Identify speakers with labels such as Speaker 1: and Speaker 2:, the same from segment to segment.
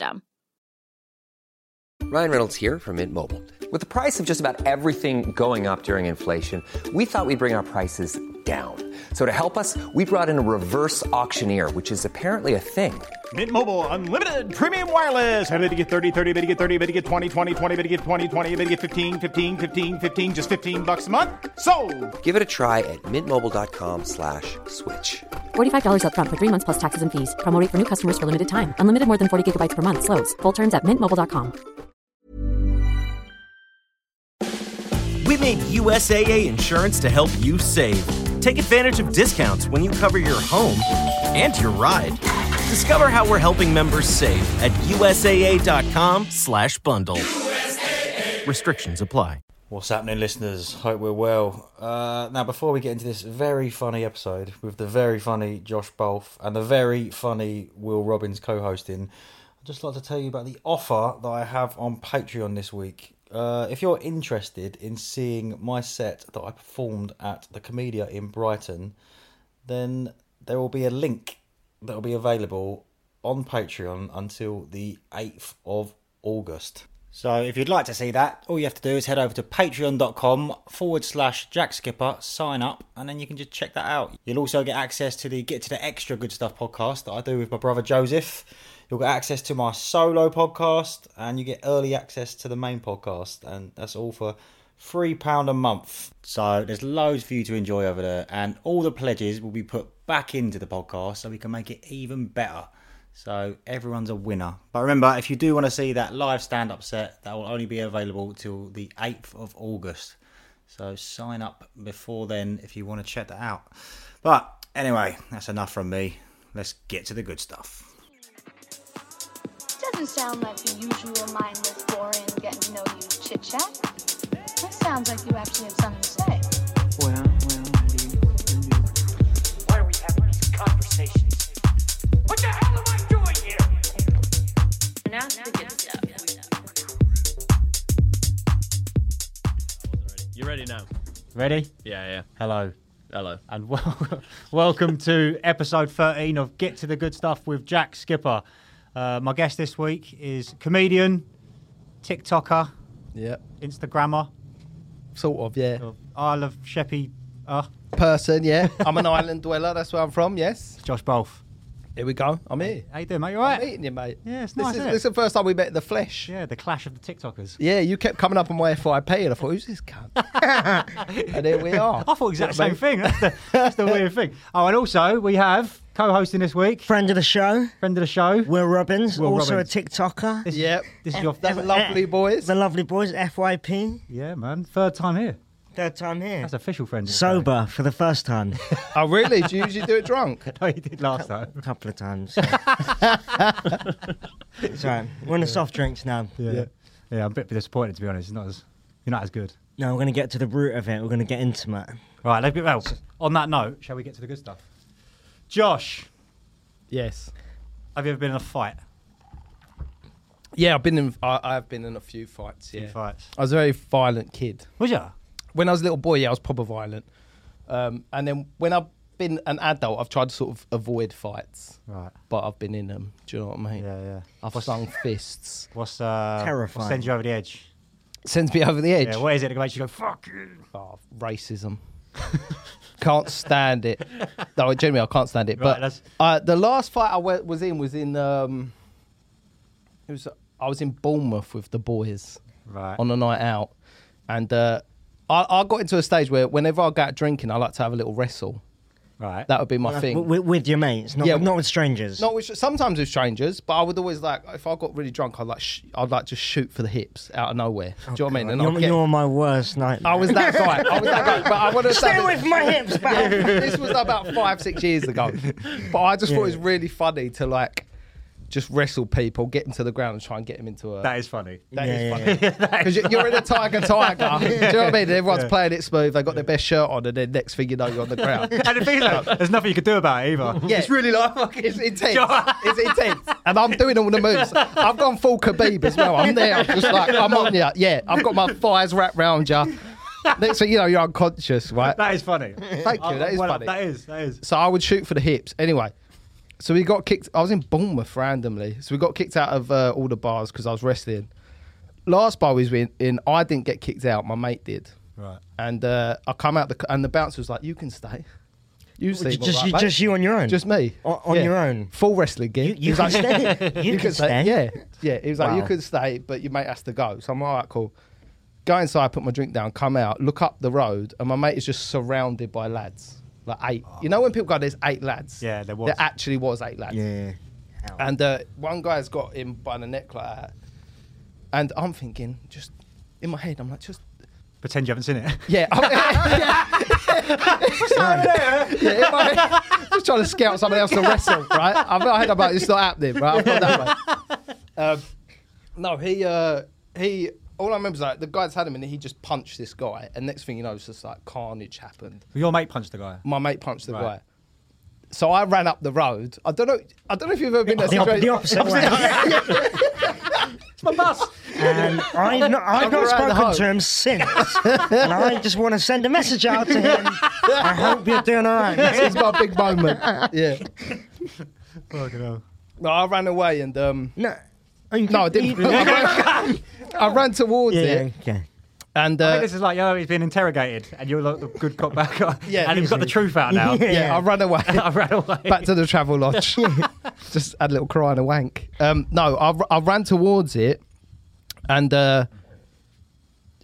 Speaker 1: Ryan Reynolds here from Mint Mobile. With the price of just about everything going up during inflation, we thought we'd bring our prices down. So to help us, we brought in a reverse auctioneer, which is apparently a thing.
Speaker 2: Mint Mobile unlimited premium wireless. Ready to get 30, 30, bit to get 30, bit to get 20, 20, 20, bit to get 20, 20, bit to get 15, 15, 15, 15 just 15 bucks a month. So,
Speaker 1: Give it a try at mintmobile.com/slash switch.
Speaker 3: $45 upfront for three months plus taxes and fees. Promo rate for new customers for limited time. Unlimited more than 40 gigabytes per month. Slows. Full terms at mintmobile.com.
Speaker 4: We made USAA insurance to help you save. Take advantage of discounts when you cover your home and your ride. Discover how we're helping members save at USAA.com slash bundle. Restrictions apply.
Speaker 5: What's happening, listeners? Hope we're well. Uh, now, before we get into this very funny episode with the very funny Josh Bolf and the very funny Will Robbins co hosting, I'd just like to tell you about the offer that I have on Patreon this week. Uh, if you're interested in seeing my set that I performed at the Comedia in Brighton, then there will be a link that will be available on Patreon until the 8th of August.
Speaker 6: So if you'd like to see that, all you have to do is head over to patreon.com forward slash Jack Skipper, sign up, and then you can just check that out. You'll also get access to the Get to the Extra Good Stuff podcast that I do with my brother Joseph. You'll get access to my solo podcast, and you get early access to the main podcast, and that's all for £3 a month. So there's loads for you to enjoy over there, and all the pledges will be put back into the podcast so we can make it even better. So everyone's a winner. But remember, if you do want to see that live stand up set, that will only be available till the 8th of August. So sign up before then if you want to check that out. But anyway, that's enough from me. Let's get to the good stuff.
Speaker 7: Doesn't sound like the usual mindless, boring, getting to know you chit chat. That sounds like you actually have something to say.
Speaker 8: Well, well, indeed, indeed. Why are we having these conversations? What the hell am I doing here?
Speaker 9: Now the good stuff.
Speaker 10: You ready now?
Speaker 6: Ready?
Speaker 10: Yeah, yeah.
Speaker 6: Hello.
Speaker 10: Hello.
Speaker 6: And wel- welcome to episode 13 of Get to the Good Stuff with Jack Skipper. Uh, my guest this week is comedian, TikToker,
Speaker 11: Yeah,
Speaker 6: Instagrammer,
Speaker 11: sort of. Yeah,
Speaker 6: Isle of Sheppey, uh,
Speaker 11: person. Yeah, I'm an island dweller. That's where I'm from. Yes.
Speaker 6: Josh Bolf.
Speaker 11: Here we go. I'm here.
Speaker 6: How you doing, mate? You all right?
Speaker 11: Meeting you, mate.
Speaker 6: Yeah, it's
Speaker 11: this
Speaker 6: nice,
Speaker 11: Is,
Speaker 6: isn't it?
Speaker 11: this is the first time we met in the flesh. Yeah.
Speaker 6: Yeah, the clash of the TikTokers.
Speaker 11: you kept coming up on my FIP, and I thought, who's this cunt? and here we are.
Speaker 6: I thought exact same thing. That's the, that's the weird thing. Oh, and also we have co-hosting this week,
Speaker 8: Friend of the show,
Speaker 6: friend of the show.
Speaker 8: Will Robbins,
Speaker 6: Will
Speaker 8: also
Speaker 6: Robbins.
Speaker 8: a TikToker.
Speaker 6: This,
Speaker 11: Yep.
Speaker 6: This is your
Speaker 11: That's lovely, boys.
Speaker 8: The lovely boys, FYP,
Speaker 6: yeah, man. Third time here.
Speaker 8: third time here.
Speaker 6: That's official friend. of the show.
Speaker 8: Sober for the first time,
Speaker 11: oh, really? Do you usually do it drunk?
Speaker 6: No, you did last time.
Speaker 8: a couple of times. Sorry, we're on the soft drinks now.
Speaker 6: Yeah. yeah, I'm a bit disappointed to be honest. It's not as you're not as good.
Speaker 8: No, we're going to get to the root of it. We're going to get intimate.
Speaker 6: Right. Let's get well. On that note, shall we get to the good stuff? Josh,
Speaker 11: Yes.
Speaker 6: have you ever been in a fight?
Speaker 11: Yeah, I've been in. I, I've been in a few fights. Yeah.
Speaker 6: Few fights.
Speaker 11: I was a very violent kid.
Speaker 6: Was you?
Speaker 11: When I was a little boy, yeah, I was proper violent. Um, and then when I
Speaker 2: been an adult, I've tried to sort of avoid fights.
Speaker 4: Right.
Speaker 2: But I've been in them. Do you know what I mean? Yeah,
Speaker 4: yeah.
Speaker 2: I've slung fists.
Speaker 4: What's uh,
Speaker 2: Terrifying.
Speaker 4: What sends you over the edge?
Speaker 2: Sends me over the edge.
Speaker 4: Yeah, what is it that makes you go fuck you?
Speaker 2: Oh, racism. can't stand it. No, generally, I can't stand it.
Speaker 4: Right,
Speaker 2: but
Speaker 4: that's-
Speaker 2: uh, the last fight I went, was in was in um, it was I was in Bournemouth with the boys
Speaker 4: Right.
Speaker 2: on a night out, and uh, I, I got into a stage where whenever I got drinking, I like to have a little wrestle.
Speaker 4: Right.
Speaker 2: That would be my
Speaker 4: Uh,
Speaker 2: thing.
Speaker 4: wi- with your mates, not- not with strangers.
Speaker 2: Not with, sometimes with strangers, but I would always like if I got really drunk, I'd like sh- I'd like just shoot for the hips out of nowhere. Do you know what I mean? And I'd
Speaker 4: Oh, You're,
Speaker 2: get-
Speaker 4: you're my worst nightmare.
Speaker 2: I was that guy. I was that guy. But I want to
Speaker 4: Stay
Speaker 2: say
Speaker 4: away from my hips, pal.
Speaker 2: this was about five, six years ago. But I just thought it was really funny to like just wrestle people, get them to the ground, and try and get them into a.
Speaker 4: That is funny.
Speaker 2: That
Speaker 4: Yeah,
Speaker 2: is
Speaker 4: yeah,
Speaker 2: funny.
Speaker 4: yeah. That is
Speaker 2: Because you're in a tiger, tiger. Do you know what I mean? Everyone's
Speaker 4: Yeah.
Speaker 2: playing it smooth. They got their best shirt on, and then next thing you know, you're on the ground.
Speaker 4: and the thing is, like, there's nothing you can do about it either.
Speaker 2: Yeah.
Speaker 4: It's really like fucking
Speaker 2: It's intense. it's intense. And I'm doing all the moves. I've gone full Khabib as well. I'm there. I'm just like, I'm on you. Yeah, I've got my thighs wrapped round you. Next thing you know, you're unconscious, right?
Speaker 4: That is funny.
Speaker 2: Thank you. That is
Speaker 4: Well,
Speaker 2: funny.
Speaker 4: That is. That is.
Speaker 2: So I would shoot for the hips. Anyway, so we got kicked. I was in Bournemouth randomly. So we got kicked out of uh, all the bars because I was wrestling. Last bar we was in, in, I didn't get kicked out. My mate did.
Speaker 4: Right.
Speaker 2: And uh, I come out, the, c- and the bouncer was like, you can stay. You
Speaker 4: Just-
Speaker 2: sleep all
Speaker 4: just
Speaker 2: right,
Speaker 4: you-
Speaker 2: mate."
Speaker 4: just you on your own?
Speaker 2: Just me.
Speaker 4: O- on your own?
Speaker 2: Full wrestling gig.
Speaker 4: you
Speaker 2: He was like,
Speaker 4: can stay. You can
Speaker 6: Eh?
Speaker 4: stay.
Speaker 2: Yeah. Yeah. He was like, you
Speaker 4: Wow.
Speaker 2: can stay, but your mate has to go. So I'm like, all right, cool. Go inside, put my drink down, come out, look up the road, and my mate is just surrounded by lads. Like eight. You know when people go, there's eight lads?
Speaker 4: Yeah, there was.
Speaker 2: There actually was eight lads.
Speaker 4: Yeah.
Speaker 2: And uh, one guy's got him by the neck like that. And I'm thinking, just in my head, I'm like, just
Speaker 4: Pretend you haven't seen it.
Speaker 2: yeah. I'm, yeah, in my head, just trying to scout someone else to wrestle, right? I've got a head about it's not happening, right? I've got that way. Um, no, he uh, he. All I remember is like the guy's had him and he just punched this guy, and next thing you know, it's just like carnage happened.
Speaker 4: Your mate punched the guy.
Speaker 2: My mate punched the
Speaker 4: Right.
Speaker 2: guy. So I ran up the road. I don't know. I don't know if you've ever been in that
Speaker 4: The op-
Speaker 2: situation.
Speaker 4: the opposite way.
Speaker 2: it's my bus.
Speaker 6: And I've not, I've
Speaker 2: I'm around
Speaker 6: not
Speaker 2: the
Speaker 6: spoken
Speaker 2: home.
Speaker 6: to him since. and I just want to send a message out to him. I hope you're doing all right.
Speaker 2: This is my big moment. Yeah.
Speaker 4: Fucking hell.
Speaker 2: No, I ran away and um.
Speaker 6: No.
Speaker 7: Oh,
Speaker 2: no, I didn't.
Speaker 4: you-
Speaker 2: I, ran, I ran towards
Speaker 4: Yeah,
Speaker 2: it.
Speaker 6: Okay.
Speaker 2: And
Speaker 4: I
Speaker 2: uh,
Speaker 4: think this is like, you know, he's been interrogated and you're like the good cop, bad cop.
Speaker 2: Yeah.
Speaker 4: And he's got the truth out now.
Speaker 2: yeah, I ran away.
Speaker 4: I ran away.
Speaker 2: Back to the travel lodge. Just had a little cry and a wank. Um, no, I, r- I ran towards it, and uh,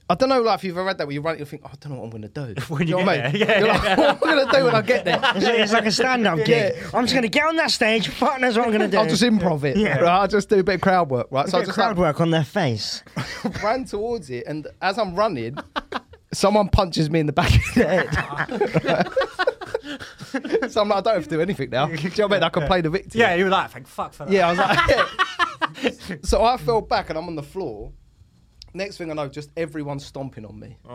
Speaker 2: I don't know. Like if you've ever read that, where you run, you think, oh, I don't know what I'm going to do.
Speaker 4: When
Speaker 2: you
Speaker 4: you
Speaker 2: know
Speaker 4: get
Speaker 2: what I mean?
Speaker 4: there, yeah,
Speaker 2: You're
Speaker 4: yeah,
Speaker 2: like, what am I going to do when I get there?
Speaker 6: It's like, it's like a stand up gig.
Speaker 2: Yeah.
Speaker 6: I'm just going to get on that stage. Fuck knows what I'm going to do.
Speaker 2: I'll just improv it.
Speaker 6: Yeah.
Speaker 2: Right? I'll just do a bit of crowd work. Right.
Speaker 6: So
Speaker 2: So I
Speaker 6: bit of
Speaker 2: just like,
Speaker 6: crowd work on their face.
Speaker 2: ran towards it, and as I'm running, someone punches me in the back of the head. so I'm like, I don't have to do anything now. Do you know what I mean? I can play the victim.
Speaker 4: Yeah, you were like, thank fuck for that.
Speaker 2: Yeah, I was like, yeah. so I fell back and I'm on the floor. Next thing I know, just everyone's stomping on me. Like,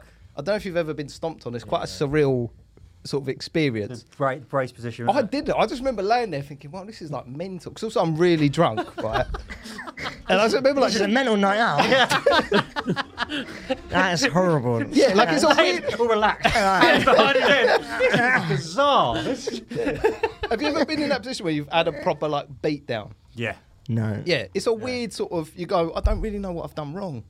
Speaker 2: I don't know if you've ever been stomped on. It's quite a surreal sort of experience.
Speaker 4: Great brace position.
Speaker 2: I did it. I just remember laying there thinking, "Well, this is like mental." Because also I'm really drunk, right? and I just remember like,
Speaker 6: This is a mental night out. that is horrible.
Speaker 2: yeah, like it's all weird.
Speaker 4: all relaxed. Bizarre.
Speaker 2: Have you ever been in that position where you've had a proper like beat down?
Speaker 4: Yeah.
Speaker 6: No.
Speaker 2: Yeah, it's a weird sort of. You go, I don't really know what I've done wrong.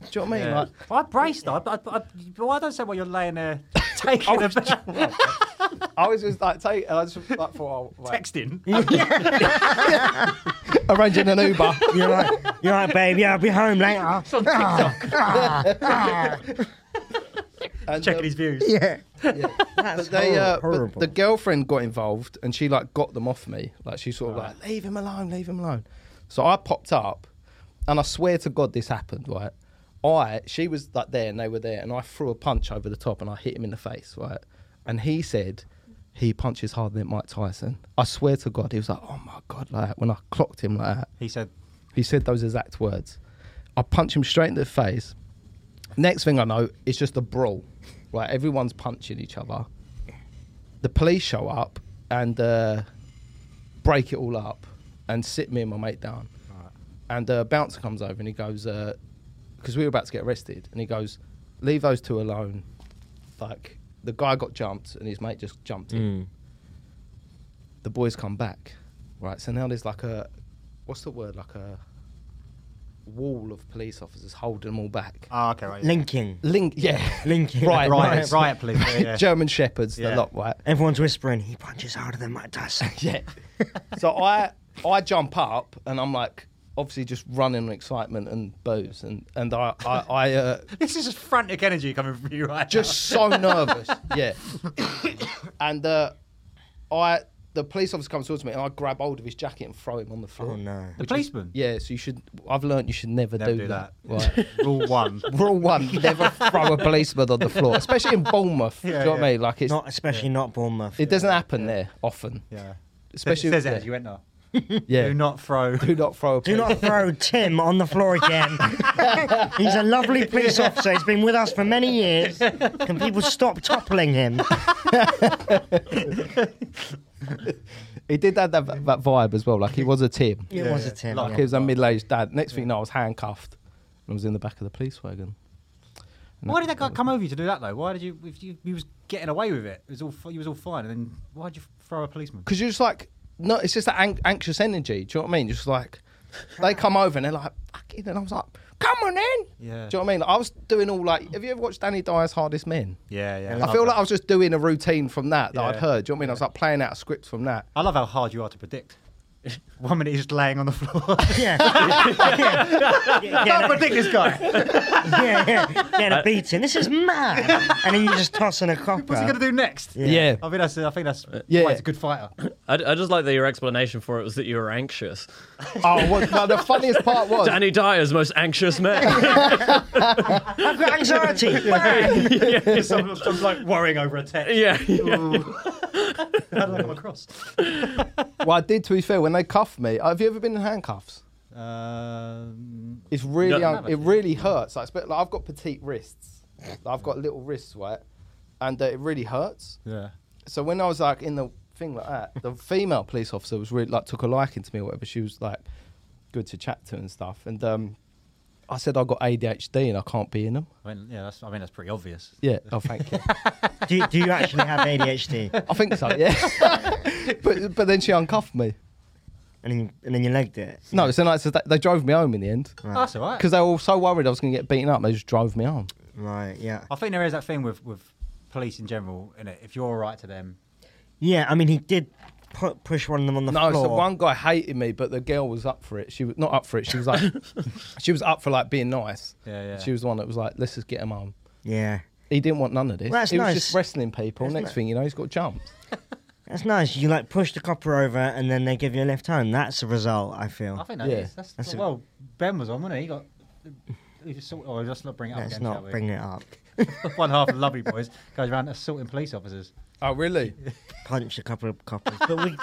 Speaker 2: Do you know what I mean? Like,
Speaker 4: I braced though. I, I, I, well, I don't say why you're laying there taking a bath.
Speaker 2: I was just like, take, and I just like thought, oh, wait.
Speaker 4: texting.
Speaker 2: arranging an Uber.
Speaker 6: You're like, you're like, babe, yeah, I'll be home later.
Speaker 2: And,
Speaker 4: Checking
Speaker 2: um,
Speaker 4: his views.
Speaker 6: Yeah.
Speaker 2: but
Speaker 6: That's
Speaker 2: they, uh, but
Speaker 6: horrible.
Speaker 2: the girlfriend got involved and she like got them off me. Like she sort of like, leave him alone, leave him alone. So I popped up, and I swear to God, this happened. Right, I she was like there and they were there, and I threw a punch over the top and I hit him in the face. Right, and he said. He punches harder than Mike Tyson. I swear to God, he was like, "Oh my God!" Like that. when I clocked him like that,
Speaker 4: He said,
Speaker 2: He said those exact words. I punch him straight in the face. Next thing I know, it's just a brawl. Right, everyone's punching each other. The police show up and uh, break it all up and sit me and my mate down. And uh, bouncer comes over and he goes,
Speaker 4: uh,
Speaker 2: because we were about to get arrested, and he goes, "Leave those two alone. Like,
Speaker 4: the guy got jumped and his mate just jumped
Speaker 7: Mm.
Speaker 4: him. The boys come back, right? So now there's like a, what's the word? Like a wall of police officers holding them all back.
Speaker 6: Ah, okay, right.
Speaker 7: Linking.
Speaker 4: Link, yeah.
Speaker 7: Linking.
Speaker 4: Right,
Speaker 7: Riot-
Speaker 4: right.
Speaker 7: riot police, yeah, yeah.
Speaker 4: German shepherds, the
Speaker 7: Yeah.
Speaker 4: lot, right?
Speaker 7: Everyone's whispering, he punches harder than Matt does.
Speaker 4: yeah. so I I jump up and I'm like obviously just running in excitement and booze and and I I, I uh,
Speaker 6: This is just frantic energy coming from you right
Speaker 4: just so nervous yeah and uh, I the police officer comes towards me and I grab hold of his jacket and throw him on the floor.
Speaker 7: Oh, no.
Speaker 4: Which
Speaker 7: The
Speaker 4: is-
Speaker 6: policeman?
Speaker 4: yeah, so you should. I've learned you should never,
Speaker 6: Never do
Speaker 4: that.
Speaker 6: that.
Speaker 4: Right.
Speaker 6: Rule one.
Speaker 4: Rule one: never throw a policeman on the floor, especially in Bournemouth. do you know what I mean? Like it's
Speaker 7: not especially not Bournemouth.
Speaker 4: it doesn't happen there often.
Speaker 6: Yeah.
Speaker 4: Especially
Speaker 6: says it
Speaker 4: yeah.
Speaker 6: as you went there.
Speaker 4: Yeah.
Speaker 6: Do not throw.
Speaker 4: Do not throw.
Speaker 7: Do not throw Tim on the floor again. He's a lovely police officer. He's been with us for many years. Can people stop toppling him?
Speaker 4: He did have that, that vibe as well. Like he was a Tim.
Speaker 7: It was a Tim,
Speaker 4: Like
Speaker 7: yeah.
Speaker 4: he was a middle-aged dad. Next thing you know, I was handcuffed and I was in the back of the police wagon.
Speaker 6: Why did that guy come over you to do that though? Why did you? If you, he was getting away with it, it was all f- he was all fine, and then why would you throw a policeman?
Speaker 4: Because you're just like, no, it's just that an- anxious energy. Do you know what I mean? Just like they come over and they're like, fucking, and I was like, come on in. Do you
Speaker 6: Yeah.
Speaker 4: know what I mean? Like, I was doing all like, have you ever watched Danny Dyer's Hardest Men?
Speaker 6: Yeah, yeah.
Speaker 4: I feel like I was just doing a routine from that that I'd
Speaker 6: Yeah.
Speaker 4: heard. Do you know what I mean? I was like playing out a script from that.
Speaker 6: I love how hard you are to predict. One minute he's just laying on the floor.
Speaker 7: yeah.
Speaker 6: Can't predict this guy.
Speaker 7: yeah, yeah. Get a beating. This is mad. And then you just toss in a copper.
Speaker 6: What's he gonna do next?
Speaker 7: Yeah. Yeah.
Speaker 6: I think that's. I think that's.
Speaker 4: Uh,
Speaker 2: Yeah.
Speaker 6: Yeah. Quite a good fighter.
Speaker 2: I, I just like that your explanation for it was that you were anxious.
Speaker 4: Oh, well, no, the funniest part was
Speaker 2: Danny Dyer's most anxious man.
Speaker 7: I've got anxiety.
Speaker 2: Yeah.
Speaker 6: Someone's just like worrying over a text.
Speaker 2: Yeah.
Speaker 6: Ooh. how did I come across?
Speaker 4: well, I did. To be fair, when they cuffed me, have you ever been in handcuffs?
Speaker 6: Um,
Speaker 4: It's really,
Speaker 6: No.
Speaker 4: un- it really hurts. Like, it's a bit- like, I've got petite wrists. Like, I've got little wrists, right? And uh, it really hurts.
Speaker 6: Yeah.
Speaker 4: So when I was like in the thing like that, the female police officer was really like took a liking to me or whatever. She was like good to chat to and stuff. And um, I said I got ADHD and I can't be in them.
Speaker 6: I mean, yeah. That's. I mean, that's pretty obvious.
Speaker 4: Yeah. Oh, thank you.
Speaker 7: do, do you actually have ADHD?
Speaker 4: I think so. Yeah. but but then she uncuffed me.
Speaker 7: And then, and then you legged it.
Speaker 4: No, so like, so they, they drove me home in the end.
Speaker 7: Right. Oh, that's all right.
Speaker 4: Because they were all so worried I was going to get beaten up. They just drove me home.
Speaker 7: Right, yeah.
Speaker 6: I think there is that thing with with police in general. In it, if you're all right to them,
Speaker 7: Yeah, I mean, he did pu- push one of them on the
Speaker 4: No,
Speaker 7: floor.
Speaker 4: so one guy hated me, but the girl was up for it. She was not up for it. She was like, she was up for like being nice.
Speaker 7: Yeah, yeah.
Speaker 4: She was the one that was like, let's just get him home.
Speaker 7: Yeah.
Speaker 4: He didn't want none of this.
Speaker 7: Well, that's
Speaker 4: he
Speaker 7: nice.
Speaker 4: was just wrestling people.
Speaker 7: That's
Speaker 4: Next
Speaker 7: ni-
Speaker 4: thing you know, he's got jumped.
Speaker 7: That's nice. You like push the copper over and then they give you a lift home. That's the result, I feel.
Speaker 6: I think that is. That's,
Speaker 7: That's a-
Speaker 6: well, Ben was on, wasn't he? He got. He was sort- oh, let's not bring it up
Speaker 7: Let's
Speaker 6: again.
Speaker 7: not
Speaker 6: shall we?
Speaker 7: bring it up.
Speaker 6: One half of Lovely Boys goes around assaulting police officers.
Speaker 4: Oh, really?
Speaker 7: Punch a couple of coppers. But we.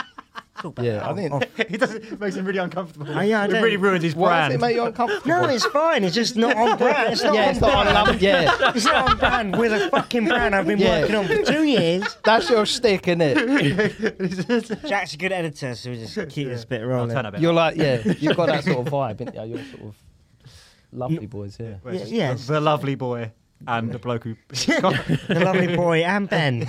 Speaker 4: Yeah, I think-
Speaker 6: it doesn't it makes him really uncomfortable.
Speaker 7: Oh, yeah, I
Speaker 6: it
Speaker 7: don't-
Speaker 6: really ruins his
Speaker 7: Why
Speaker 6: brand.
Speaker 7: does it make you
Speaker 4: uncomfortable?
Speaker 7: No, it's fine. It's just not on brand. It's not
Speaker 4: Yeah,
Speaker 7: on
Speaker 4: it's not on
Speaker 7: brand.
Speaker 4: love- yeah.
Speaker 7: It's not on brand with a fucking brand I've been
Speaker 4: Yeah.
Speaker 7: working on for two years.
Speaker 4: That's your stick, isn't it?
Speaker 7: Jack's a good editor, so we just keep this bit rolling.
Speaker 6: turn a bit
Speaker 4: You're like, yeah, you've got that sort of vibe, ain't you? You're sort of lovely boys, yeah.
Speaker 6: Where it's
Speaker 7: Yeah,
Speaker 6: just
Speaker 7: yes.
Speaker 6: the, the lovely boy and the bloke who.
Speaker 7: the lovely boy and Ben.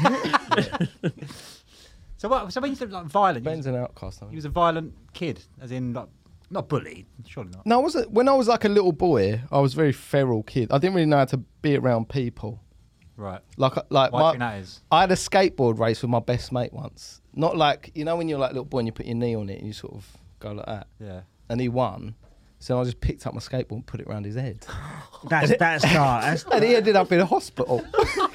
Speaker 6: so what? So when you said like violent, he was,
Speaker 4: Ben's an outcast. I
Speaker 6: he was a violent kid, as in like not bullied, surely not.
Speaker 4: No, I wasn't. When I was like a little boy, I was a very feral kid. I didn't really know how to be around people.
Speaker 6: Right.
Speaker 4: Like, like
Speaker 6: Why do you
Speaker 4: my,
Speaker 6: think that is?
Speaker 4: I had a skateboard race with my best mate once. Not like you know when you're like a little boy and you put your knee on it and you sort of go like that.
Speaker 6: Yeah.
Speaker 4: And he won, so I just picked up my skateboard and put it around his head.
Speaker 7: That's that's dark. That's,
Speaker 4: and he ended up in a hospital.
Speaker 6: Oh,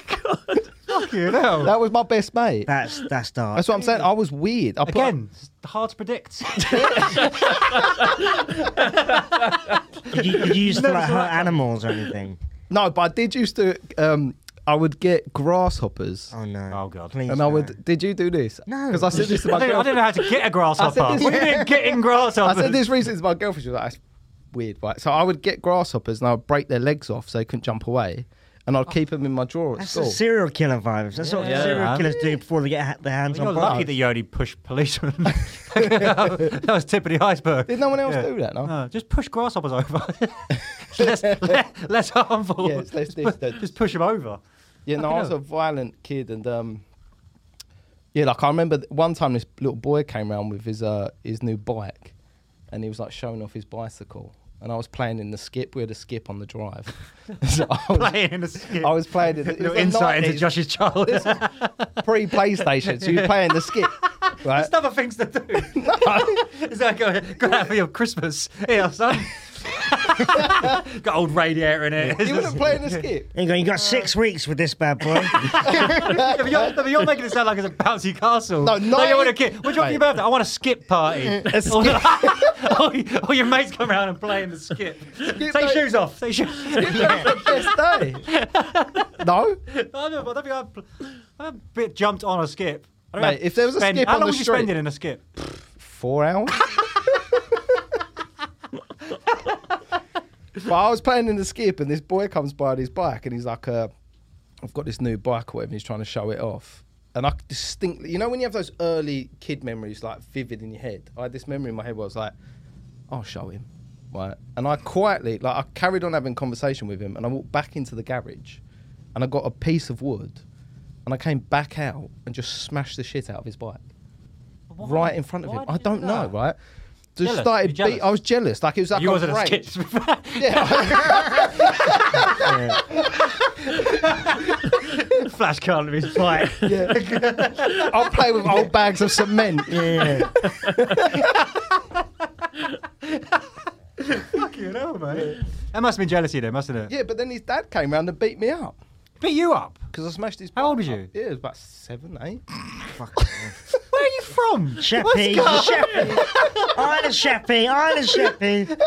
Speaker 6: Fucking hell.
Speaker 4: That was my best mate.
Speaker 7: That's that's dark.
Speaker 4: That's what I'm saying. I was weird. I put-
Speaker 6: Again, it's hard to predict.
Speaker 7: Did you, did you used to
Speaker 6: Never
Speaker 7: like
Speaker 6: saw
Speaker 7: hurt animals or anything?
Speaker 4: no, but I did used to. Um, I would get grasshoppers.
Speaker 7: Oh no!
Speaker 6: Oh god.
Speaker 7: Please.
Speaker 4: And I would. Did you do this?
Speaker 7: No.
Speaker 4: Because I said this to
Speaker 6: I
Speaker 4: my
Speaker 6: don't, I
Speaker 4: girlfriend.
Speaker 6: don't know how to get a grasshopper.
Speaker 4: I said this-
Speaker 6: What do you mean getting
Speaker 4: I
Speaker 6: grasshoppers?
Speaker 4: said this recently to my girlfriend. She was like, "That's weird, right?" So I would get grasshoppers and I would break their legs off so they couldn't jump away, and I'd keep them in my drawer at
Speaker 7: That's
Speaker 4: school.
Speaker 7: the serial killer vibes. That's what
Speaker 6: Yeah,
Speaker 7: serial
Speaker 6: man.
Speaker 7: killers do before they get ha- their hands
Speaker 6: You're
Speaker 7: on
Speaker 6: lucky
Speaker 7: bodies.
Speaker 6: that you only pushed policemen. that was tip of the iceberg.
Speaker 4: Did no one else
Speaker 6: Yeah.
Speaker 4: do that? No.
Speaker 6: No, just push grasshoppers over. less, le- less harmful.
Speaker 4: Yeah, it's less
Speaker 6: just, pu-
Speaker 4: distant.
Speaker 6: just push them over.
Speaker 4: Yeah, no, I
Speaker 6: Fucking
Speaker 4: was
Speaker 6: hell.
Speaker 4: a violent kid, and um, yeah, like I remember th- one time this little boy came round with his uh his new bike, and he was like showing off his bicycle, and I was playing in the skip. We had a skip on the drive. so I was
Speaker 6: Playing in the skip.
Speaker 4: I was playing in the, it was
Speaker 6: Little
Speaker 4: the
Speaker 6: insight into
Speaker 4: 90s.
Speaker 6: Josh's childhood.
Speaker 4: This was Pre-PlayStation, so you were playing the skip. Right?
Speaker 6: There's other things to do. It's like, go, go out for your Christmas. Here, son. Got old radiator in it.
Speaker 4: You wouldn't play in the skip.
Speaker 7: There you go. You got six weeks with this bad boy.
Speaker 6: Yeah, but you're, but you're making it sound like it's a bouncy castle.
Speaker 7: No,
Speaker 6: like
Speaker 4: e-
Speaker 6: you want a
Speaker 7: ninety-
Speaker 6: kid. Which one for your
Speaker 7: Mate.
Speaker 6: birthday? I want a skip party.
Speaker 7: A
Speaker 6: All the- all, your- all your mates come around and play in the skip. Take
Speaker 4: night.
Speaker 6: shoes off. Take shoes.
Speaker 4: No,
Speaker 6: I don't know. I don't think I've, pl- I've a bit jumped on a skip. I don't
Speaker 4: Mate,
Speaker 6: think I've
Speaker 4: if there was a
Speaker 6: spent-
Speaker 4: skip
Speaker 6: how
Speaker 4: on the
Speaker 6: long was you
Speaker 4: street-
Speaker 6: spending in a skip?
Speaker 4: four hours. but I was playing in the skip, and this boy comes by on his bike, and he's like, uh, "I've got this new bike, or whatever." And he's trying to show it off, and I could distinctly, you know, when you have those early kid memories like vivid in your head, I had this memory in my head where I was like, "I'll show him," right? And I quietly, like, I carried on having conversation with him, and I walked back into the garage, and I got a piece of wood, and I came back out and just smashed the shit out of his bike right in front of him. I don't know, right? Just
Speaker 6: Jealous?
Speaker 4: started.
Speaker 6: You
Speaker 4: beat-
Speaker 6: jealous?
Speaker 4: I was jealous. Like it was like
Speaker 6: You
Speaker 4: I
Speaker 6: wasn't a
Speaker 4: raged.
Speaker 6: skip. Flash card of his bike.
Speaker 4: Yeah. I'll play with old bags of cement. Yeah.
Speaker 6: Fucking hell, mate. That must have been jealousy, then, mustn't it?
Speaker 4: Yeah, but then his dad came round and beat me up.
Speaker 6: Beat you up?
Speaker 4: Because I smashed his.
Speaker 6: How old was you?
Speaker 4: Yeah, it was about seven, eight.
Speaker 6: Where are you from?
Speaker 7: Sheppy,
Speaker 6: What's going-
Speaker 7: Sheppy. Isle of Sheppy, Isle of Sheppy.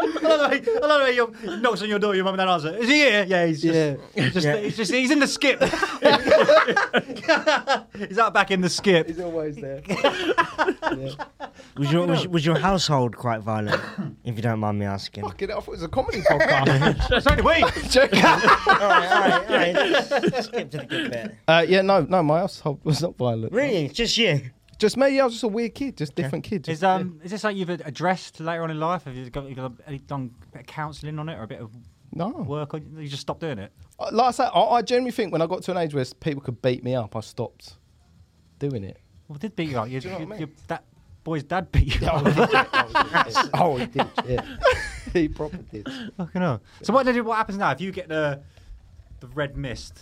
Speaker 6: I love the way, I love the way your- knocks on your door, your mum and dad answer. Is he here? Yeah, he's just, he's just, He's, just he's in the skip. he's out back in the skip. He's
Speaker 4: always there.
Speaker 7: Was your, was, was your household quite violent, if you don't mind me asking?
Speaker 4: Fucking hell, I thought it was a comedy podcast.
Speaker 6: so did we.
Speaker 7: Skip to the good bit.
Speaker 4: uh, yeah, no, no, my household was not violent.
Speaker 7: Really? Just you?
Speaker 4: Just me? Yeah, I was just a weird kid, just different kid. just- uh,
Speaker 6: Is um is this like you've addressed later on in life? Have you got, you got a, done a bit of counselling on it or a bit of
Speaker 4: no
Speaker 6: work on? You just stopped doing it.
Speaker 4: Uh, Like I say, I, I generally think when I got to an age where people could beat me up, I stopped doing it.
Speaker 6: Well, it did beat you up. You,
Speaker 4: Do you know
Speaker 6: you-
Speaker 4: what I
Speaker 6: you- that boy's dad beat you up.
Speaker 4: oh, he did. Yeah, he probably did.
Speaker 6: Fucking hell. So what did it- what happens now? If you get the the red mist,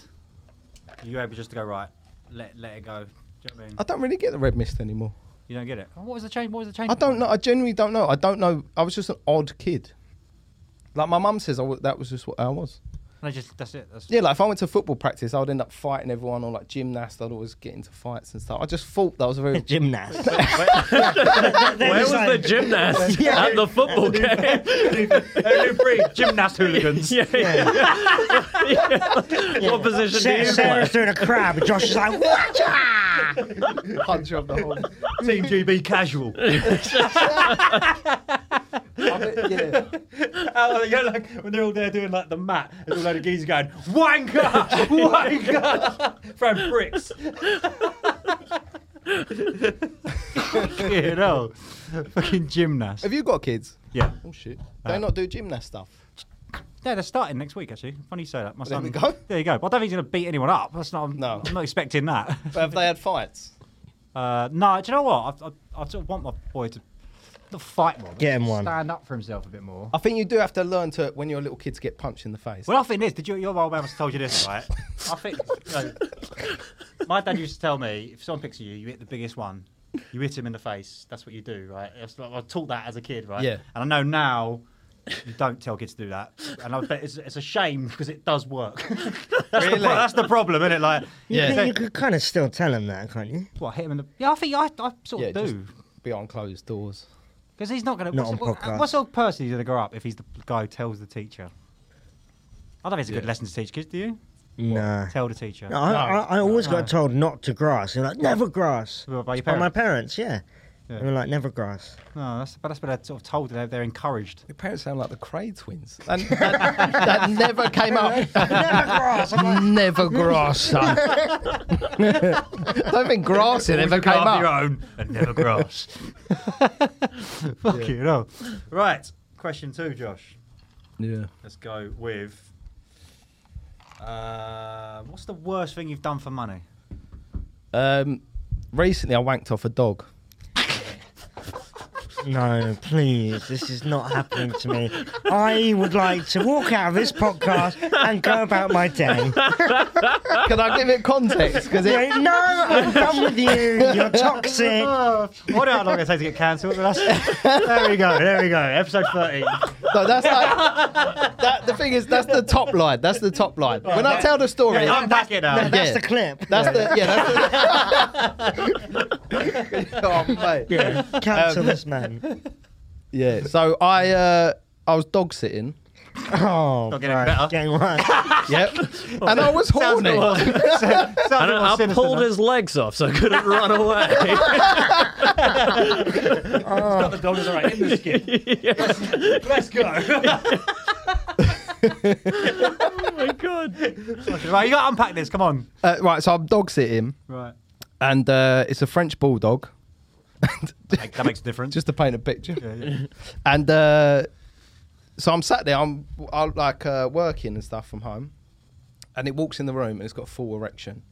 Speaker 6: you able just to go right, let let it go. Do you know what I mean?
Speaker 4: I don't really get the red mist anymore.
Speaker 6: You don't get it. What was the change? What was the change?
Speaker 4: I don't know. I genuinely don't know. I don't know. I was just an odd kid. Like my mum says, I w- that was just what I was.
Speaker 6: And I just that's it. That's
Speaker 4: Yeah, like if I went to football practice, I would end up fighting everyone, or like gymnast, I'd always get into fights and stuff. I just thought that was a very
Speaker 7: gymnast.
Speaker 2: Where was the gymnast at the football game?
Speaker 6: Only three gymnast hooligans.
Speaker 2: yeah, yeah. What position do
Speaker 7: Sarah,
Speaker 2: you
Speaker 7: Sarah's
Speaker 2: play?
Speaker 7: doing a crab. Josh is like, what?
Speaker 4: punch of the whole.
Speaker 6: Team GB casual. Uh, you know, like when they're all there doing like the mat, there's all load of geese going wanker, wanker, throwing bricks. you know, fucking gymnast.
Speaker 4: Have you got kids?
Speaker 6: Yeah.
Speaker 4: Oh shit.
Speaker 6: Uh,
Speaker 4: they not do gymnast stuff.
Speaker 6: Yeah, they're starting next week actually. Funny you say that. My
Speaker 4: There
Speaker 6: son.
Speaker 4: we go.
Speaker 6: There you go. But I don't think he's gonna beat anyone up. That's not. I'm,
Speaker 4: No.
Speaker 6: I'm not expecting that.
Speaker 4: But have they had fights?
Speaker 6: Uh, no, do you know what? I, I, I sort of want my boy to not fight more. but
Speaker 4: Get him one.
Speaker 6: Stand up for himself a bit more.
Speaker 4: I think you do have to learn to when you're a little kid to get punched in the face.
Speaker 6: Well, I think this. Did you, your old man must have told you this, right? I think. you know, my dad used to tell me if someone picks you, you hit the biggest one. You hit him in the face. That's what you do, right? I, was, like- I was taught that as a kid, right?
Speaker 4: Yeah.
Speaker 6: And I know now. You don't tell kids to do that, and I bet it's, it's a shame because it does work. that's, the, pro- that's the problem, isn't it? Like,
Speaker 7: You,
Speaker 6: yeah,
Speaker 7: could, you could kind of still tell him that, can't you?
Speaker 6: What, hit him in the. Yeah, I think I, I sort
Speaker 4: yeah,
Speaker 6: of do.
Speaker 4: just be on closed doors.
Speaker 6: Because he's not going to.
Speaker 4: Not
Speaker 6: What's,
Speaker 4: on
Speaker 6: what,
Speaker 4: podcast.
Speaker 6: what's old Percy's going to grow up if he's the guy who tells the teacher? I don't think it's a good
Speaker 7: Yeah.
Speaker 6: lesson to teach kids, do you?
Speaker 7: No.
Speaker 6: Tell the teacher.
Speaker 7: No, I, I, I always got told not to grass. You're like, never grass.
Speaker 6: Well, by your
Speaker 7: my parents, yeah.
Speaker 6: Yeah.
Speaker 7: They were like, never grass.
Speaker 6: No, that's but that's been sort of told. They're, they're encouraged.
Speaker 4: Your parents sound like the Cray twins. And that, that never came up. never grass, son. I don't think grass it
Speaker 6: Always
Speaker 4: ever
Speaker 6: look
Speaker 4: came
Speaker 6: after
Speaker 4: up.
Speaker 6: your own and never grass. Fuck you, no. Right, question two, Josh.
Speaker 4: Yeah.
Speaker 6: Let's go with Uh, what's the worst thing you've done for money?
Speaker 4: Um, recently, I wanked off a dog.
Speaker 7: No, please, this is not happening to me. I would like to walk out of this podcast and go about my day.
Speaker 4: Can I give it context? 'Cause it-
Speaker 7: Yeah, no, I'm done with you. You're toxic.
Speaker 6: Oh, what how long it take to get cancelled? but that's- There we go. There we go. Episode thirty.
Speaker 4: No, that's like that. The thing is, that's the top line. That's the top line. When I tell the story,
Speaker 6: Yeah, unpack it
Speaker 2: um,
Speaker 6: now.
Speaker 4: Yeah.
Speaker 7: clip.
Speaker 4: That's the yeah. That's the, oh, mate.
Speaker 7: Yeah, cancel
Speaker 4: Um,
Speaker 7: this man.
Speaker 4: yeah. So I uh, I was dog sitting.
Speaker 7: Oh,
Speaker 6: not getting better.
Speaker 7: Getting worse.
Speaker 4: Yep. and I was horny.
Speaker 2: And I, I pulled his legs off so I couldn't run away.
Speaker 6: Got the dog is alright in the skin. Let's go. oh my god. Right, you got to unpack this. Come on.
Speaker 4: Uh, right. So I'm dog sitting,
Speaker 6: Right.
Speaker 4: and uh, it's a French bulldog.
Speaker 6: That makes a difference.
Speaker 4: Just to paint a picture.
Speaker 6: yeah.
Speaker 4: and uh, so I'm sat there. I'm, I'm like uh, working and stuff from home, and it walks in the room and it's got a full erection.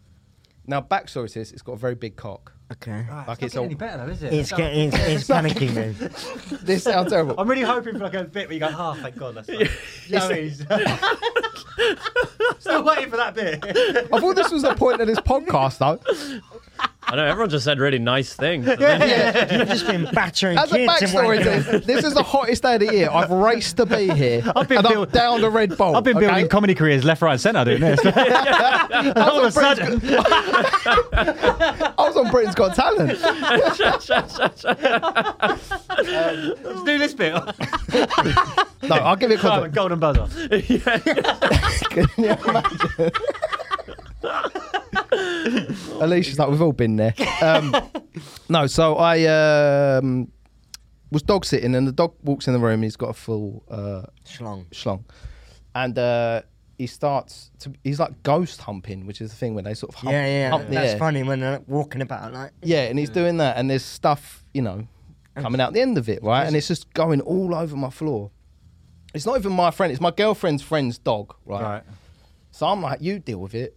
Speaker 4: Now, backstory to this, it's got a very big cock.
Speaker 7: Okay.
Speaker 4: like
Speaker 6: it's not getting any better though, is it?
Speaker 7: It's getting, it's, it's panicking me.
Speaker 4: This sounds terrible.
Speaker 6: I'm really hoping for like a bit where you go, oh, thank God, that's fine. No, he's- Still waiting for that bit.
Speaker 4: I thought this was the point of this podcast, though.
Speaker 2: I know everyone just said really nice things.
Speaker 7: You've just been battering
Speaker 4: As a
Speaker 7: kids and
Speaker 4: backstory
Speaker 7: wanking
Speaker 4: to this, this is the hottest day of the year. I've raced to be here,
Speaker 6: I've been
Speaker 4: and
Speaker 6: build-
Speaker 4: I'm down the red ball.
Speaker 6: I've been
Speaker 4: okay?
Speaker 6: building comedy careers left, right, and centre doing this. All of a sudden,
Speaker 4: I was on Britain's Got Talent.
Speaker 6: let's do this bit.
Speaker 4: No, I'll
Speaker 7: Oh,
Speaker 4: give it
Speaker 6: Simon,
Speaker 4: context.
Speaker 6: golden buzzer.
Speaker 4: Alicia's like, we've all been there. Um, no, so I um, was dog sitting, and the dog walks in the room. He's got a full uh,
Speaker 7: Schlong.
Speaker 4: schlong, and uh, he starts to. He's like ghost humping, which is the thing when they sort of hump,
Speaker 7: Yeah, yeah,
Speaker 6: Oh,
Speaker 4: hump the
Speaker 7: that's
Speaker 4: air.
Speaker 7: funny when they're walking about like.
Speaker 4: Yeah, and he's doing that, and there's stuff, you know, coming out the end of it, right? And it's just going all over my floor. It's not even my friend; it's my girlfriend's friend's dog, right?
Speaker 6: Right.
Speaker 4: So I'm like, you deal with it.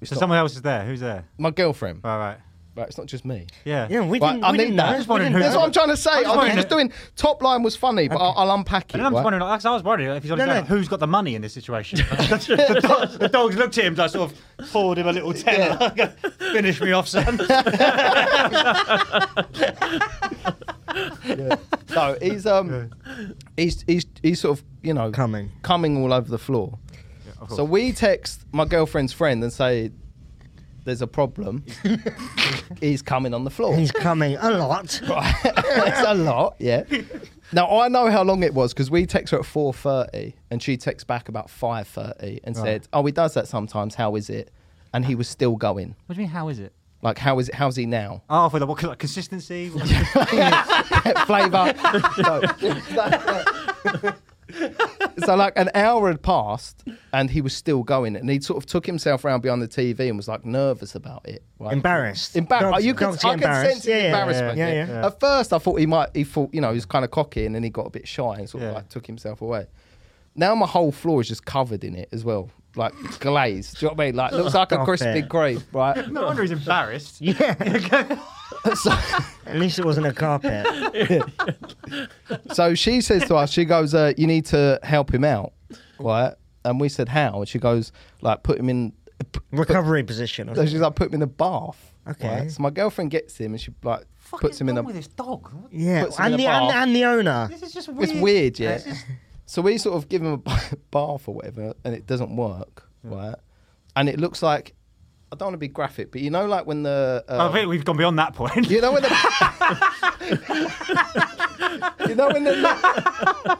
Speaker 4: It's
Speaker 6: So
Speaker 4: not-
Speaker 6: someone else is there. Who's there?
Speaker 4: my girlfriend,
Speaker 6: All right.
Speaker 4: right? It's not just me.
Speaker 6: Yeah.
Speaker 7: Yeah, we
Speaker 4: Right,
Speaker 7: didn't.
Speaker 4: I
Speaker 7: we
Speaker 4: need
Speaker 7: didn't
Speaker 4: that.
Speaker 7: know.
Speaker 4: I just
Speaker 7: We
Speaker 6: wondered
Speaker 7: didn't
Speaker 6: who-
Speaker 4: That's
Speaker 7: know.
Speaker 4: what I'm trying to say.
Speaker 6: I
Speaker 4: I
Speaker 6: was wondering-
Speaker 4: was just doing top line was funny, but I'll, I'll unpack it.
Speaker 6: And I'm just
Speaker 4: right?
Speaker 6: wondering, like, I was wondering if he's on his
Speaker 7: No,
Speaker 6: own,
Speaker 7: no.
Speaker 6: who's got the money in this situation. the, dog, the dogs looked at him, like sort of poured him a little tenner. Finish me off, son.
Speaker 4: No, he's um, he's he's he's sort of you know
Speaker 7: Coming.
Speaker 4: coming all over the floor. so we text my girlfriend's friend and say, "There's a problem. he's coming on the floor.
Speaker 7: He's coming a lot.
Speaker 4: It's a lot, yeah." Now I know how long it was because we text her at four thirty and she texts back about five thirty and said, "Oh, he does that sometimes. How is it?" And he was still going.
Speaker 6: What do you mean, how is it?
Speaker 4: Like, how is it? How's he now?
Speaker 6: Oh, for the what, like, consistency?
Speaker 4: Flavour. No. so like an hour had passed and he was still going and he sort of took himself around behind the TV and was like nervous about it. Right?
Speaker 7: Embarrassed.
Speaker 4: Embar- oh,
Speaker 7: Dogs-
Speaker 4: you could,
Speaker 7: dogs
Speaker 4: I
Speaker 7: get
Speaker 4: could sense
Speaker 7: embarrassed.
Speaker 4: the
Speaker 7: Yeah, yeah,
Speaker 4: embarrassment.
Speaker 7: yeah, yeah, yeah.
Speaker 4: At first, I thought he might. He thought you know he was kind of cocky, and then he got a bit shy and sort
Speaker 6: Yeah.
Speaker 4: of like took himself away. Now my whole floor is just covered in it as well, like glazed. Do you know what I mean? Like looks like a
Speaker 7: Stop
Speaker 4: crispy
Speaker 7: it.
Speaker 4: grape, right?
Speaker 6: no wonder he's embarrassed.
Speaker 7: At least it wasn't a carpet.
Speaker 4: So she says to us, she goes, uh, "You need to help him out, right?" And we said, "How?" And she goes, "Like put him in."
Speaker 7: Recovery position. Or
Speaker 4: So
Speaker 7: something.
Speaker 4: she's like, "Put him in the bath."
Speaker 7: Okay.
Speaker 4: right? So my girlfriend gets him and she like puts him in the.
Speaker 6: with this dog.
Speaker 7: yeah,
Speaker 4: puts him in
Speaker 7: and
Speaker 4: a
Speaker 7: the and,
Speaker 4: bath.
Speaker 7: and the owner.
Speaker 6: This is just weird.
Speaker 4: It's weird, yeah. So we sort of give him a b- bath or whatever, and it doesn't work, right? And it looks like I don't want to be graphic, but you know, like when the uh,
Speaker 6: I think we've gone beyond that point.
Speaker 4: you know when the you know when the lip-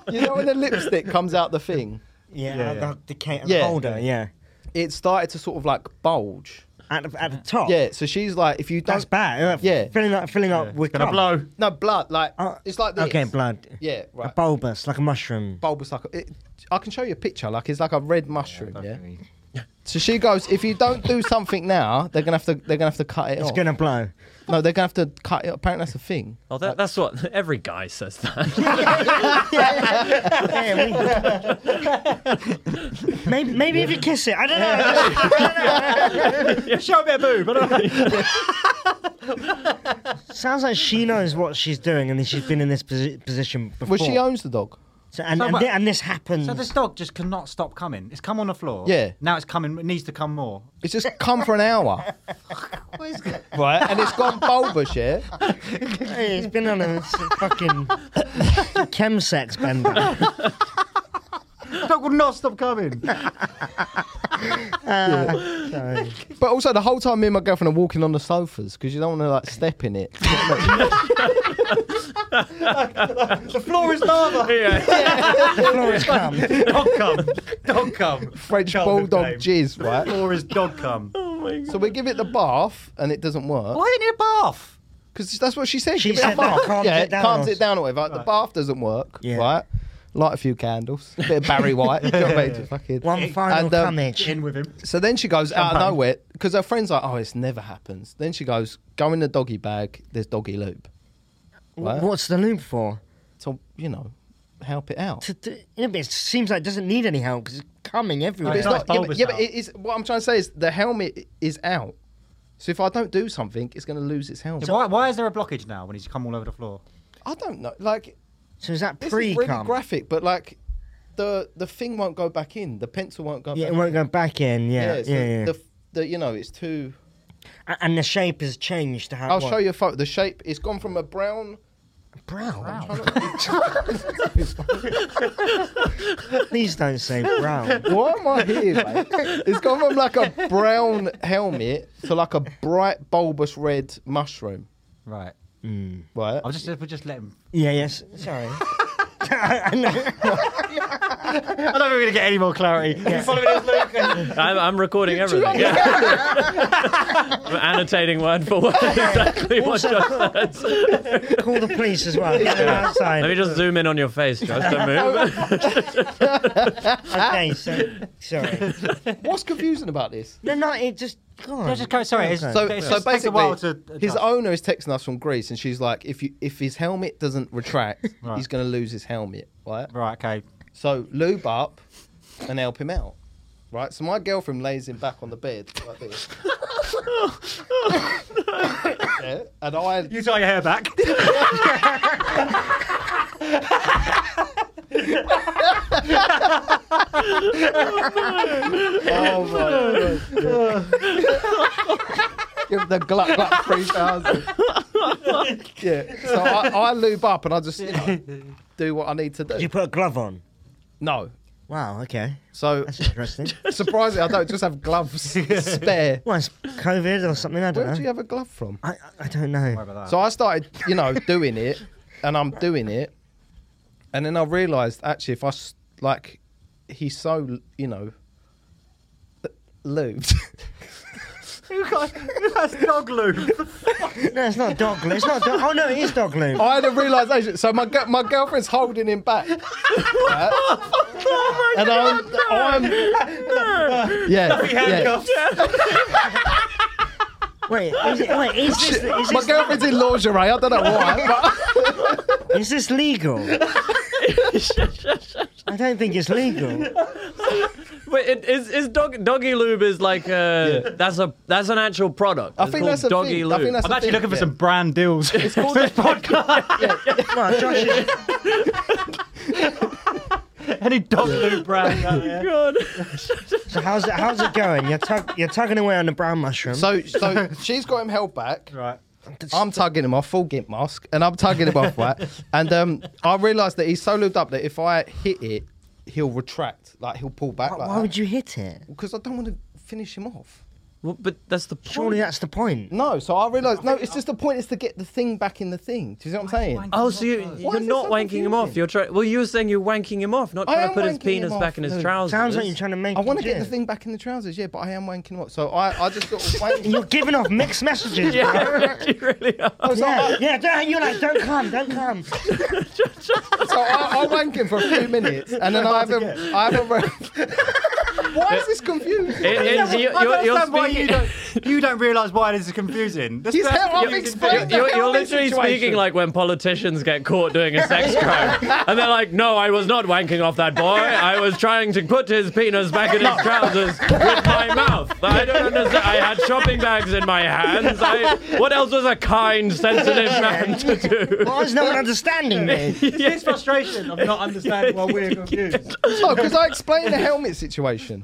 Speaker 4: you know when the lipstick comes out the thing,
Speaker 7: Yeah,
Speaker 6: Yeah, yeah.
Speaker 7: The, the ca-
Speaker 4: Yeah.
Speaker 7: holder. Yeah.
Speaker 4: it started to sort of like bulge.
Speaker 7: At the, at the top.
Speaker 4: Yeah, so she's like, if you don't,
Speaker 7: Oh. That's bad. Uh,
Speaker 4: Yeah.
Speaker 7: Filling up, filling up with
Speaker 6: Gonna
Speaker 7: cum.
Speaker 6: blow.
Speaker 4: no blood, like
Speaker 7: Oh,
Speaker 4: it's like this.
Speaker 7: Okay, blood.
Speaker 4: Yeah,
Speaker 7: A
Speaker 4: right.
Speaker 7: bulbous, like a mushroom.
Speaker 4: bulbous like a- it, I can show you a picture. Like it's like a red mushroom. Yeah. So she goes, if you don't do something now, they're gonna have to they're gonna have to cut it
Speaker 6: It's
Speaker 4: off.
Speaker 6: gonna blow.
Speaker 4: No, they're gonna have to cut it. Apparently, that's a thing.
Speaker 2: Oh, that, that's what every guy says. That
Speaker 6: Maybe, maybe if you kiss it, I don't know. Show me a boob. Sounds like she knows what she's doing, and she's been in this posi- position before.
Speaker 4: Well, she owns the dog.
Speaker 6: So, and,
Speaker 12: So,
Speaker 6: and,
Speaker 12: but-
Speaker 6: thi- and this happens.
Speaker 12: So this dog just cannot stop coming. It's come on the floor.
Speaker 4: Yeah.
Speaker 12: Now it's coming. It needs to come more.
Speaker 4: It's just come for an hour. right, and it's gone bulbous, yeah.
Speaker 6: Hey, he's been on a fucking chemsex bender.
Speaker 12: dog will not stop coming.
Speaker 4: sorry. But also, the whole time me and my girlfriend are walking on the sofas because you don't want to like step in it.
Speaker 13: the floor is lava. Yeah.
Speaker 4: The floor is
Speaker 13: cum. Dog cum.
Speaker 12: Dog cum.
Speaker 4: French
Speaker 12: Childhood
Speaker 4: bulldog
Speaker 12: name.
Speaker 4: jizz, right?
Speaker 12: Floor is dog cum.
Speaker 2: Oh
Speaker 4: So we give it the bath and it doesn't work.
Speaker 12: Why do you need a bath?
Speaker 4: Because that's what she said.
Speaker 12: She
Speaker 4: give it
Speaker 12: said
Speaker 4: a
Speaker 12: that
Speaker 4: bath.
Speaker 12: calms
Speaker 4: yeah,
Speaker 12: it down
Speaker 4: calms
Speaker 12: or
Speaker 4: it down or whatever. Like, The bath doesn't work, right? Light a few candles, a bit of Barry White. do you know what I mean? Just fucking-
Speaker 6: One final
Speaker 4: And, um,
Speaker 6: cum itch.
Speaker 12: In with him.
Speaker 4: So then she goes out of
Speaker 6: Champagne.
Speaker 4: nowhere because her friend's like, "Oh, this never happens." Then she goes, "Go in the doggy bag. There's doggy lube." Right?
Speaker 6: What's the loop for?
Speaker 4: To you know, help it out.
Speaker 6: To, to, yeah, but it seems like it doesn't need any help 'cause it's coming everywhere.
Speaker 4: But it's not, yeah, but, yeah, but it is, what I'm trying to say is the helmet is out. So if I don't do something, it's going to lose its helmet.
Speaker 12: So why, why is there a blockage now when he's come all over the floor?
Speaker 4: I don't know. Like,
Speaker 6: so is that
Speaker 4: this is really
Speaker 6: pre-cum?
Speaker 4: graphic, but like, the the thing won't go back in. The pencil won't go.
Speaker 6: Yeah,
Speaker 4: back
Speaker 6: it won't
Speaker 4: in.
Speaker 6: go back in. Yeah, yeah,
Speaker 4: it's
Speaker 6: yeah.
Speaker 4: the, The, the, you know, it's too.
Speaker 6: A- and the shape has changed. to How?
Speaker 4: I'll
Speaker 6: what?
Speaker 4: show you a photo. The shape. It's gone from a brown.
Speaker 6: Brown.
Speaker 4: Oh.
Speaker 6: Please don't say brown.
Speaker 4: Why am I here, mate? It's gone from like a brown helmet to like a bright bulbous red mushroom.
Speaker 12: Right.
Speaker 4: Right.
Speaker 12: I'll just we'll just let him.
Speaker 6: Yeah. Yes. Sorry.
Speaker 12: I don't think we're gonna get any more clarity. You following us, Luke?
Speaker 2: I'm, I'm recording everything. I'm annotating word for word exactly what Josh said.
Speaker 6: Call the police as well. Get them
Speaker 2: Yeah.
Speaker 6: outside.
Speaker 2: Let me just zoom in on your face, Josh. Don't move.
Speaker 6: okay. So, sorry.
Speaker 4: What's confusing about this?
Speaker 6: No, no. It just. Go on.
Speaker 12: No, just go- sorry, it's-
Speaker 4: So,
Speaker 12: it's
Speaker 4: so
Speaker 12: just takes a while
Speaker 4: basically,
Speaker 12: to
Speaker 4: his
Speaker 12: adjust.
Speaker 4: owner is texting us from Greece, and she's like, "If you, if his helmet doesn't retract, he's going to lose his helmet, right?
Speaker 12: Right. Okay.
Speaker 4: So lube up and help him out, right? So my girlfriend lays him back on the bed like this, yeah, and I
Speaker 12: You tie your hair back.
Speaker 4: oh my god. Give the glut glut 3000. yeah. So I, I lube up and I just you know, do what I need to do.
Speaker 6: Did you put a glove on?
Speaker 4: No.
Speaker 6: Wow. Okay.
Speaker 4: So
Speaker 6: That's interesting.
Speaker 4: surprisingly, I don't just have gloves spare.
Speaker 6: Well, it's COVID or something. I don't
Speaker 4: Where
Speaker 6: know.
Speaker 4: do you have a glove from?
Speaker 6: I, I don't know.
Speaker 4: So I started, you know, doing it, and I'm doing it, and then I realised actually, if I s- like, he's so you know, lubed.
Speaker 12: Who got who has dog lube?
Speaker 6: no, it's not dog lube. It's not dog. Oh no, it is dog lube.
Speaker 4: I had a realization. So my gi- my girlfriend's holding him back. right? and I'm, I'm yeah, yeah.
Speaker 6: Wait, is it, wait, is this, is
Speaker 4: my
Speaker 6: this,
Speaker 4: girlfriend's in lingerie. I don't know why. But
Speaker 6: is this legal? I don't think it's legal.
Speaker 2: But it, is, is dog, doggy lube is like a, that's a that's an actual product.
Speaker 4: I
Speaker 2: It's
Speaker 4: think
Speaker 2: called
Speaker 4: that's a
Speaker 2: doggy
Speaker 4: thing. I
Speaker 2: lube.
Speaker 4: think that's
Speaker 12: I'm
Speaker 4: a
Speaker 12: actually
Speaker 4: thing,
Speaker 12: looking for
Speaker 4: yeah.
Speaker 12: some brand deals. It's called this podcast.
Speaker 6: Well, Josh is,
Speaker 12: Any dog lube brand out there?
Speaker 2: God.
Speaker 6: so how's it, how's it going? You're, tug, you're tugging away on the brown mushroom.
Speaker 4: so so she's got him held back.
Speaker 12: Right.
Speaker 4: I'm tugging him off, full gimp mask, and I'm tugging him off, right? And um, I realised that he's so lubed up that if I hit it, he'll retract, like he'll pull back.
Speaker 6: Why would you hit it?
Speaker 4: Because I don't want to finish him off.
Speaker 2: Well, but that's the point.
Speaker 6: Surely that's the point.
Speaker 4: No, so I realised, no, it's just the point is to get the thing back in the thing. Do you see what I'm saying?
Speaker 2: Oh, so you,
Speaker 4: Why
Speaker 2: you're
Speaker 4: is it
Speaker 2: not
Speaker 4: so
Speaker 2: wanking him
Speaker 4: confusing?
Speaker 2: off. You're trying. Well, you were saying you're wanking him off, not
Speaker 4: I
Speaker 2: trying
Speaker 4: am
Speaker 2: to put his
Speaker 4: wanking him
Speaker 2: penis
Speaker 4: off,
Speaker 2: back in his
Speaker 4: no.
Speaker 2: trousers.
Speaker 6: Sounds like you're trying to make.
Speaker 4: I want to
Speaker 6: it
Speaker 4: get the
Speaker 6: do.
Speaker 4: thing back in the trousers, yeah, but I am wanking him off. So I, I just sort of wank.
Speaker 6: You're giving off mixed messages. bro.
Speaker 2: yeah, you really are.
Speaker 4: Oh, so
Speaker 6: Yeah,
Speaker 4: I,
Speaker 6: yeah, don't- you're like, don't come, don't come.
Speaker 4: so I, I wank him for a few minutes, and then I have him. I have him. Why is this confusing?
Speaker 6: I don't know, I don't understand why you
Speaker 2: speaking-
Speaker 6: don't, you don't realise why this is confusing. This
Speaker 4: He's
Speaker 6: person-
Speaker 4: helped
Speaker 6: you-
Speaker 4: me
Speaker 2: You're,
Speaker 4: explain
Speaker 2: you're- you're literally speaking like when politicians get caught doing a sex crime, and they're like, "No, I was not wanking off that boy. I was trying to put his penis back in his trousers with my mouth. I don't understand. I had shopping bags in my hands. I, what else was a kind, sensitive man to do?"
Speaker 7: Why is no one understanding me?
Speaker 6: It's frustration of not understanding why we're confused.
Speaker 4: No, because Oh, I explained the helmet situation.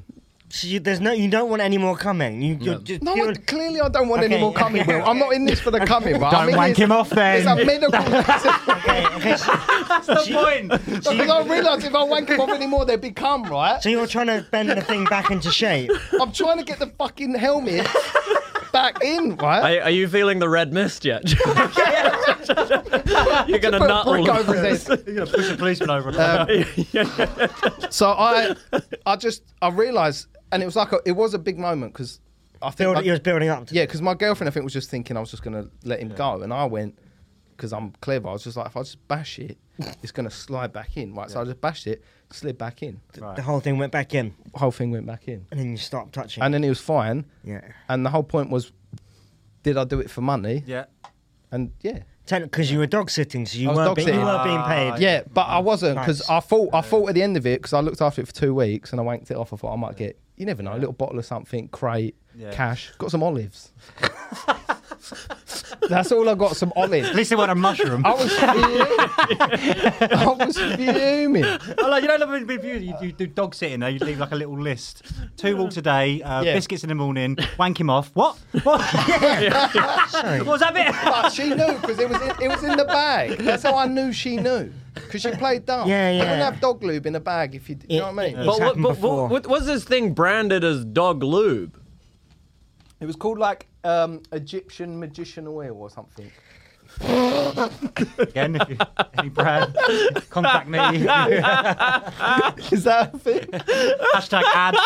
Speaker 7: So you, there's no, you don't want any more coming. You, you're just
Speaker 4: No, I,
Speaker 7: you're-
Speaker 4: clearly I don't want any
Speaker 7: Okay,
Speaker 4: more coming, Will. I'm not in this for the coming, but I'm
Speaker 6: Don't
Speaker 4: in
Speaker 6: wank
Speaker 4: this-
Speaker 6: him off then.
Speaker 4: It's a medical.
Speaker 6: That's the point.
Speaker 4: Because I realise if I wank him off anymore, they'd be cum, right?
Speaker 7: So you're trying to bend the thing back into shape.
Speaker 4: I'm trying to get the fucking helmet back in, right?
Speaker 2: Are, are you feeling the red mist yet? You're gonna
Speaker 4: Put a
Speaker 2: nut
Speaker 4: brick
Speaker 2: all
Speaker 4: over his head.
Speaker 6: You're gonna push a policeman over.
Speaker 4: Um, So I, I just I realised, and it was like a, it was a big moment because I think
Speaker 7: Build-
Speaker 4: I-
Speaker 7: he was building up. To
Speaker 4: Yeah, because my girlfriend I think was just thinking I was just gonna let him go, and I went because I'm clever. I was just like, if I just bash it, it's gonna slide back in, right? So I just bashed it, slid back in.
Speaker 7: The whole thing went back in,
Speaker 4: whole thing went back in,
Speaker 7: and then you stopped touching.
Speaker 4: and then he was fine.
Speaker 7: Yeah.
Speaker 4: And the whole point was, did I do it for money?
Speaker 6: Yeah.
Speaker 4: And yeah.
Speaker 7: Because you were dog sitting, so you
Speaker 4: I was
Speaker 7: weren't,
Speaker 4: dog
Speaker 7: being, you
Speaker 4: sitting.
Speaker 7: weren't being
Speaker 6: Ah.
Speaker 7: paid.
Speaker 4: Yeah, but I wasn't because
Speaker 7: Nice.
Speaker 4: I thought I thought at the end of it because I looked after it for two weeks and I wanked it off. I thought I might get you never know a little bottle of something, crate,
Speaker 6: Yeah.
Speaker 4: cash. Got some olives. That's all I got. Some olives.
Speaker 6: At least they weren't a mushroom.
Speaker 7: Oh,
Speaker 4: I was fuming. I was fuming.
Speaker 6: I Oh, like, you don't have to be you, you do dog sitting there, you leave like a little list. Two walks a day, uh,
Speaker 4: Yeah.
Speaker 6: biscuits in the morning, wank him off. What? What? What was that bit?
Speaker 4: But she knew because it was in, it was in the bag. That's how I knew she knew because she played dumb.
Speaker 7: Yeah,
Speaker 4: You don't
Speaker 7: yeah.
Speaker 4: have dog lube in a bag if you. You know what I mean?
Speaker 7: It-
Speaker 2: But, what,
Speaker 7: happened
Speaker 2: but
Speaker 7: before.
Speaker 2: what, what was this thing branded as dog lube?
Speaker 4: It was called like um, Egyptian magician oil or something.
Speaker 6: Again, if you, any brand, contact me.
Speaker 4: Is that a thing?
Speaker 6: Hashtag ad.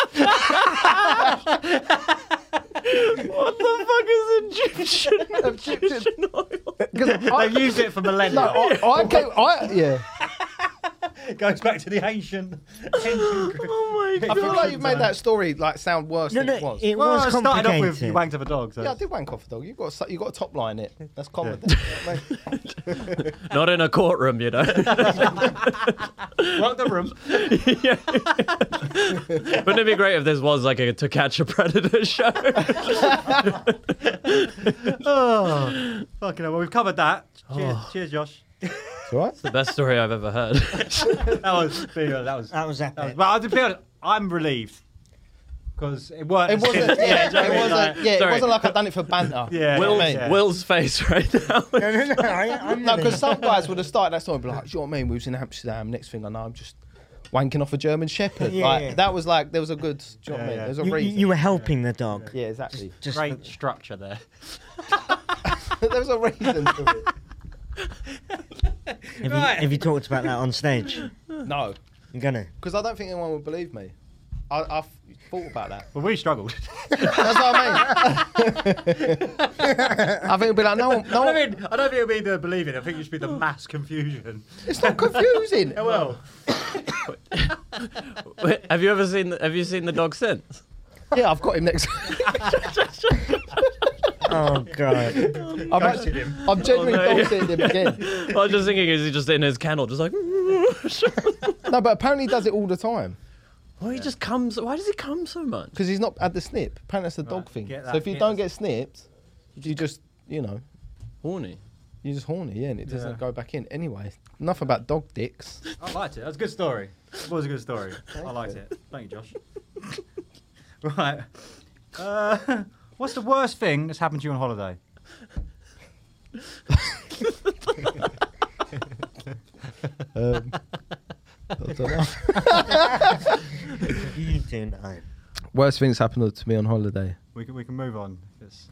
Speaker 2: What the fuck is Egyptian?
Speaker 4: Egyptian.
Speaker 2: oil?
Speaker 4: 'Cause I,
Speaker 6: They've used it for millennia.
Speaker 4: no, I, I came. I yeah.
Speaker 6: It goes back to the ancient. ancient Greek.
Speaker 2: Oh my
Speaker 4: I feel like you've made that
Speaker 6: Sometimes.
Speaker 4: story like sound worse
Speaker 7: No,
Speaker 4: than
Speaker 7: no,
Speaker 4: it was.
Speaker 7: it
Speaker 6: Well,
Speaker 7: was
Speaker 6: I started off with you wanked
Speaker 7: complicated.
Speaker 6: up a dog. So
Speaker 4: yeah, I did wank off a dog. You got a, you got a top line it. That's comedy. Yeah.
Speaker 2: Not in a courtroom, you know.
Speaker 6: Walk the room.
Speaker 2: Wouldn't it be great if this was like a To Catch a Predator show?
Speaker 6: Oh, fucking hell. Well, we've covered that. Cheers, cheers Josh.
Speaker 4: right.
Speaker 2: Best story I've ever heard.
Speaker 6: That was, that was
Speaker 7: That was epic.
Speaker 6: That was- Well, to be honest, I'm relieved because it weren't.
Speaker 4: It wasn't. Yeah,
Speaker 6: do
Speaker 4: it
Speaker 6: you know what I mean?
Speaker 4: wasn't.
Speaker 6: Like,
Speaker 4: Yeah, it
Speaker 2: sorry.
Speaker 4: wasn't like I'd done it for banter. You
Speaker 6: Yeah,
Speaker 4: know
Speaker 2: Will's,
Speaker 4: what I
Speaker 6: yeah,
Speaker 4: mean?
Speaker 6: yeah.
Speaker 2: Will's face right now.
Speaker 7: no, no, no. I, I'm
Speaker 4: No,
Speaker 7: really-
Speaker 4: because some guys would have started that story and be like, "Do you know what I mean? We was in Amsterdam. Next thing I know, I'm just wanking off a German Shepherd."
Speaker 7: Yeah,
Speaker 4: like
Speaker 7: yeah.
Speaker 4: that was like there was a good. Do you know what I mean?
Speaker 6: yeah.
Speaker 4: There's a
Speaker 7: you, you-
Speaker 4: reason.
Speaker 7: you were helping the dog.
Speaker 4: yeah, exactly.
Speaker 7: Just
Speaker 6: Great structure there.
Speaker 4: there was a reason to it.
Speaker 7: have, you, have you talked about that on stage?
Speaker 4: No,
Speaker 7: I'm gonna.
Speaker 4: because I don't think anyone would believe me. I, I thought about that.
Speaker 6: Well, we struggled.
Speaker 4: That's what I mean. I think it'd be like, no, one- no,
Speaker 6: I
Speaker 4: one-
Speaker 6: mean, I don't think it'll be the believing. I think it should be the mass confusion.
Speaker 4: it's not confusing.
Speaker 6: Well,
Speaker 2: Wait, have you ever seen? The, have you seen the dog since?
Speaker 4: Yeah, I've got him next.
Speaker 7: Oh god.
Speaker 4: I'm, actually,
Speaker 6: him.
Speaker 4: I'm genuinely
Speaker 2: Oh, no, yeah.
Speaker 4: dog sitting him again.
Speaker 2: I was just thinking, is he just in his kennel, just like?
Speaker 4: No, but apparently he does it all the time
Speaker 2: Why he just comes? Why does he come so much?
Speaker 4: because he's not had the snip. Apparently that's the dog thing.
Speaker 6: get
Speaker 4: So
Speaker 6: that
Speaker 4: if you
Speaker 6: bit.
Speaker 4: don't get snipped, you just, you know,
Speaker 2: Horny.
Speaker 4: you're just horny, yeah, and it doesn't go back in. Anyway, enough about dog dicks.
Speaker 6: I liked it. That was a good story. It was a good story. I liked it. Thank you, Josh. right. Uh, what's the worst thing that's happened to you on holiday?
Speaker 4: Um, I don't know.
Speaker 7: You do know.
Speaker 4: Worst things happened to me on holiday.
Speaker 6: We can we can move on. 'cause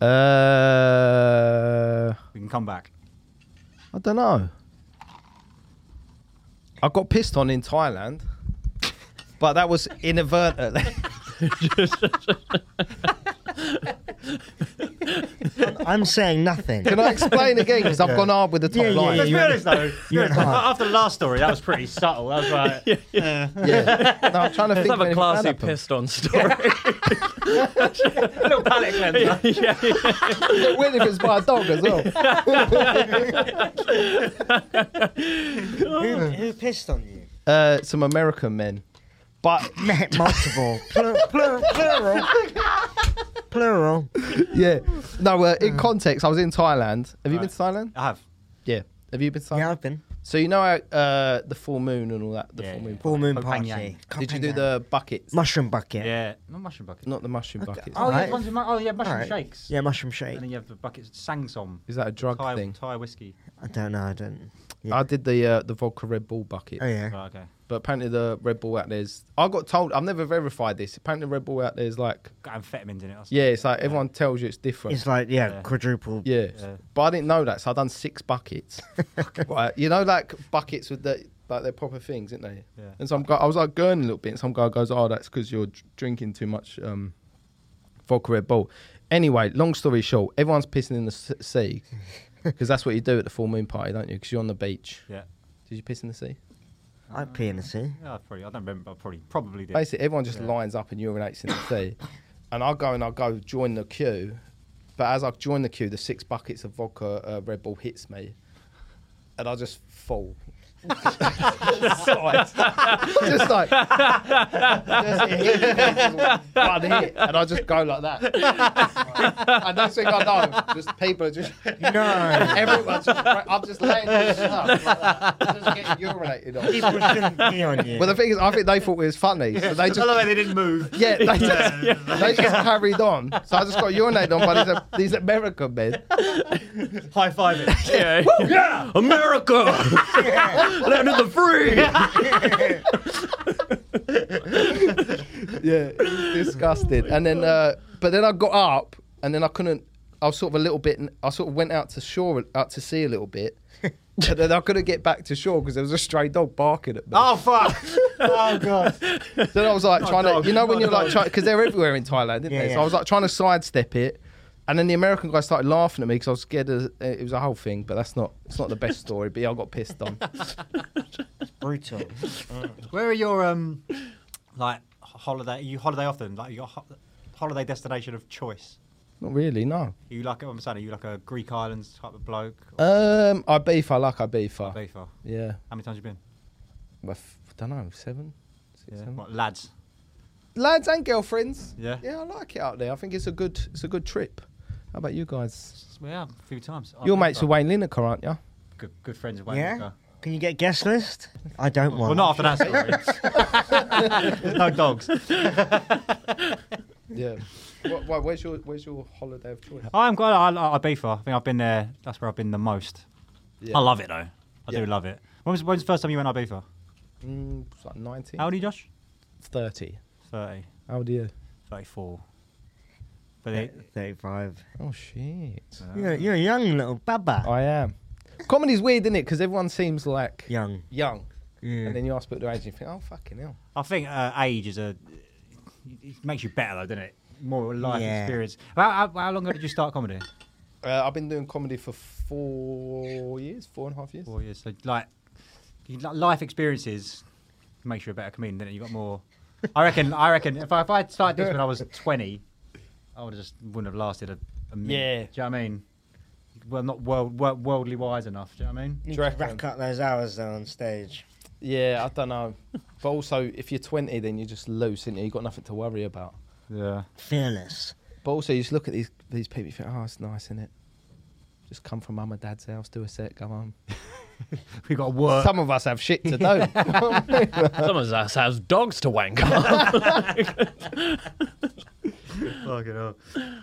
Speaker 4: Uh.
Speaker 6: We can come back.
Speaker 4: I don't know. I got pissed on in Thailand, but that was inadvertently.
Speaker 7: I'm saying nothing.
Speaker 4: Can I explain again? Because I've gone hard with the top
Speaker 7: Yeah, yeah,
Speaker 4: line.
Speaker 7: yeah,
Speaker 6: Let's be
Speaker 7: you-
Speaker 6: honest though.
Speaker 7: you went hard.
Speaker 6: After the last story, that was pretty subtle. That was like, yeah,
Speaker 4: No, I'm trying to
Speaker 2: Let's
Speaker 4: think
Speaker 2: have
Speaker 4: of
Speaker 2: a
Speaker 4: anything
Speaker 2: classy
Speaker 4: bad happened.
Speaker 2: pissed on story.
Speaker 6: little palate cleanser.
Speaker 4: Is it weird if it's by a dog as well?
Speaker 7: who, who pissed on you?
Speaker 4: Uh, some American men, but
Speaker 7: multiple. Plur, plur, plural. Plural.
Speaker 4: yeah. No, uh,
Speaker 7: Mm.
Speaker 4: in context, I was in Thailand. Have you been to Thailand?
Speaker 6: I have.
Speaker 4: Yeah. Have you been to Thailand?
Speaker 7: Yeah, I've been.
Speaker 4: So you know how, uh, the full moon and all that. The full moon.
Speaker 7: Full moon
Speaker 6: Kopang
Speaker 7: party.
Speaker 6: Yang.
Speaker 4: Did you do
Speaker 7: Kopang Yang.
Speaker 4: the buckets?
Speaker 7: mushroom bucket?
Speaker 6: Yeah, not mushroom bucket.
Speaker 4: Not the mushroom buckets.
Speaker 6: Oh,
Speaker 7: Alright.
Speaker 6: yeah, ones with mu- oh, yeah, mushroom
Speaker 7: Alright.
Speaker 6: shakes.
Speaker 7: Yeah, mushroom shake.
Speaker 6: And then you have the buckets of sangsom.
Speaker 4: Is that a drug
Speaker 6: Thai,
Speaker 4: thing?
Speaker 6: Thai whiskey.
Speaker 7: I don't know. I don't.
Speaker 4: I did the uh, the vodka Red Bull bucket.
Speaker 7: Oh yeah.
Speaker 6: Right, okay.
Speaker 4: But apparently the Red Bull out there's. I got told. I've never verified this. Apparently the Red Bull out there's like.
Speaker 6: Got amphetamines in it. Or something.
Speaker 4: Yeah, it's like everyone tells you it's different.
Speaker 7: It's like yeah,
Speaker 6: Yeah.
Speaker 7: quadruple.
Speaker 4: yeah. but I didn't know that, so I done six buckets. right, you know, like buckets with the like they're proper things, aren't they?
Speaker 6: Yeah.
Speaker 4: And some guy, I was like going a little bit, and some guy goes, "Oh, that's because you're dr- drinking too much um, vodka Red Bull." Anyway, long story short, everyone's pissing in the s- sea because that's what you do at the full moon party, don't you? Because you're on the beach.
Speaker 6: Yeah.
Speaker 4: Did you piss in the sea?
Speaker 7: I'd pee in the sea.
Speaker 6: Uh, Yeah, I probably. I don't remember. but I probably probably did.
Speaker 4: Basically, everyone just lines up and urinates in the sea. And I go and I go join the queue. But as I join the queue, the six buckets of vodka uh, Red Bull hits me. And I just fall. Sides. just like. just hit, one hit, and I just go like that. and next thing I know, just people are just.
Speaker 7: No.
Speaker 4: Everyone's just. I'm just laying on the snow like that. Just getting urinated on.
Speaker 7: People shouldn't pee on you.
Speaker 4: Well, the thing is, I think they thought it was funny. So they just
Speaker 6: I love how they didn't move.
Speaker 4: yeah, they just, they just carried on. So I just got urinated on by these, these American men.
Speaker 6: High five it.
Speaker 2: yeah. America! Land of the free!
Speaker 4: Yeah, disgusted. And then, uh, but then I got up, and then I couldn't. I was sort of a little bit. I sort of went out to shore, out to sea a little bit. and then I couldn't get back to shore because there was a stray dog barking at me.
Speaker 6: Oh fuck! oh god!
Speaker 4: Then I was like trying
Speaker 6: dog,
Speaker 4: to, you know, when
Speaker 6: not
Speaker 4: you're like
Speaker 6: dog.
Speaker 4: trying, because they're everywhere in Thailand, didn't
Speaker 7: Yeah,
Speaker 4: they? So
Speaker 7: yeah.
Speaker 4: I was like trying to sidestep it, and then the American guy started laughing at me because I was scared. Of, it was a whole thing, but that's not. It's not the best story. But yeah, I got pissed on.
Speaker 7: brutal.
Speaker 6: Where are your um, like holiday? You holiday often? Like your ho- holiday destination of choice?
Speaker 4: Not really, no.
Speaker 6: Are you like I'm saying? Are you like a Greek islands type of bloke? Or
Speaker 4: Um, Ibiza, I like Ibiza.
Speaker 6: Ibiza? How
Speaker 4: Yeah,
Speaker 6: many times you been?
Speaker 4: I f- don't know, seven, six,
Speaker 6: Yeah.
Speaker 4: seven.
Speaker 6: What lads?
Speaker 4: Lads and girlfriends.
Speaker 6: Yeah.
Speaker 4: yeah, I like it out there. I think it's a good, it's a good trip. How about you guys?
Speaker 6: Yeah, a few times.
Speaker 4: Your
Speaker 6: Ibiza.
Speaker 4: mates are Wayne Lineker, aren't you?
Speaker 6: Good, good friends of Wayne.
Speaker 7: Yeah.
Speaker 6: Walker.
Speaker 7: Can you get guest list? I don't
Speaker 6: Well,
Speaker 7: want.
Speaker 6: not after that story. There's no dogs.
Speaker 4: Yeah. what, what, where's your Where's your holiday of choice?
Speaker 6: I'm glad I, I, Ibiza. I think I've been there. That's where I've been the most.
Speaker 4: Yeah.
Speaker 6: I love it though. I
Speaker 4: Yeah.
Speaker 6: do love it. When was, when was the first time you went Ibiza?
Speaker 4: Mm, it's like 19,
Speaker 6: How old are you, Josh?
Speaker 4: 30.
Speaker 6: 30,
Speaker 4: How old are you?
Speaker 6: 34. But
Speaker 7: Th-
Speaker 6: it,
Speaker 7: Thirty-five.
Speaker 4: Oh shit!
Speaker 7: You're, you're a young little baba.
Speaker 4: I am. Comedy's weird, isn't it? Because everyone seems like
Speaker 7: Young.
Speaker 4: young,
Speaker 7: Yeah.
Speaker 4: and then you ask about their age, and you think, oh fucking hell.
Speaker 6: I think uh, age is a. It makes you better though, doesn't it? More life
Speaker 7: Yeah.
Speaker 6: experience. How, how, how long ago did you start comedy?
Speaker 4: Uh, I've been doing comedy for four years, four and a half years.
Speaker 6: Four years. So like, you, li- life experiences makes you a better comedian, doesn't it? You got more. I reckon. I reckon if I if I started this when I was twenty, I would have just wouldn't have lasted a, a minute. Yeah. Do you know what I mean? Well, not world, wor- worldly wise enough. Do you know what I mean?
Speaker 7: Need
Speaker 4: Do you
Speaker 7: to
Speaker 4: reckon?
Speaker 7: rack up those hours though on stage.
Speaker 4: Yeah, I don't know. but also, if you're 20, then you're just loose, and you? have got nothing to worry about.
Speaker 6: Yeah.
Speaker 7: Fearless.
Speaker 4: But also, you just look at these these people, you think, oh, it's nice, isn't it? Just come from mum and dad's house, do a set, come home.
Speaker 6: We got work.
Speaker 4: Some of us have shit to do.
Speaker 2: Some of us has dogs to wank on.
Speaker 6: Fucking hell.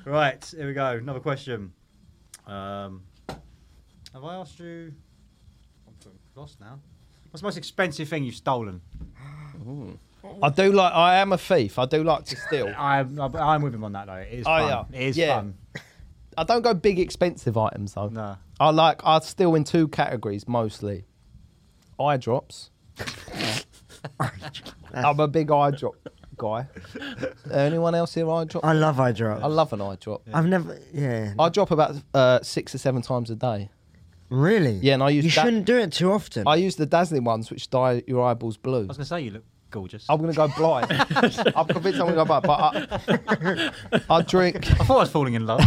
Speaker 6: Right, here we go. Another question. Um, have I asked you? I'm fucking lost now. What's the most expensive thing you've stolen?
Speaker 4: I do like. I am a thief. I do like to steal.
Speaker 6: I'm I'm- I'm with him on that though. It is
Speaker 4: Oh,
Speaker 6: fun.
Speaker 4: yeah.
Speaker 6: It is
Speaker 4: Yeah.
Speaker 6: fun.
Speaker 4: I don't go big expensive items though.
Speaker 6: No.
Speaker 4: I like I steal in two categories mostly. Eye drops. I'm a big eye drop guy. Anyone else here eye drop?
Speaker 7: I love eye drops.
Speaker 4: I love an eye drop.
Speaker 7: I've never, yeah.
Speaker 4: I drop about uh, six or seven times a day.
Speaker 7: Really?
Speaker 4: Yeah, and I use.
Speaker 7: You
Speaker 4: da-
Speaker 7: shouldn't do it too often.
Speaker 4: I use the dazzling ones, which dye your eyeballs blue. I was
Speaker 6: going to say you look gorgeous.
Speaker 4: I'm going to go blind. I'm convinced I'm going to go blind, but I, I drink. I
Speaker 6: thought I was falling in love.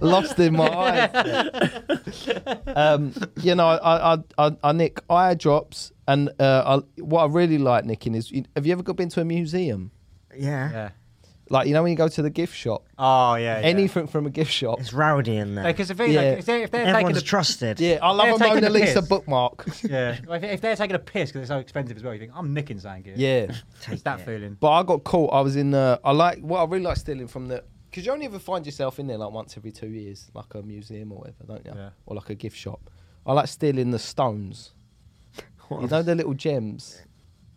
Speaker 4: Lost in my eyes. um, you know, I, I, I, I nick eye drops, and uh, I, what I really like nicking is have you ever got been to a museum?
Speaker 7: Yeah.
Speaker 6: Yeah.
Speaker 4: Like, you know, when you go to the gift shop?
Speaker 6: Oh, yeah.
Speaker 4: Anything from a gift shop.
Speaker 7: It's rowdy in there.
Speaker 6: Because if, they- like, if they're, if they're taking a,
Speaker 4: Yeah, I love
Speaker 6: They're
Speaker 4: a
Speaker 6: taking
Speaker 4: Mona
Speaker 6: the
Speaker 4: Lisa
Speaker 6: piss.
Speaker 4: bookmark.
Speaker 6: Yeah, Well, if, if they're taking a piss because it's so expensive as well, you think I'm nicking something here.
Speaker 4: Yeah.
Speaker 6: it's that feeling.
Speaker 4: But I got caught. I was in. Uh, I like what I really like stealing from the because you only ever find yourself in there like once every two years, like a museum or whatever, don't you?
Speaker 6: Yeah.
Speaker 4: Or like a gift shop. I like stealing the stones. you know the little gems,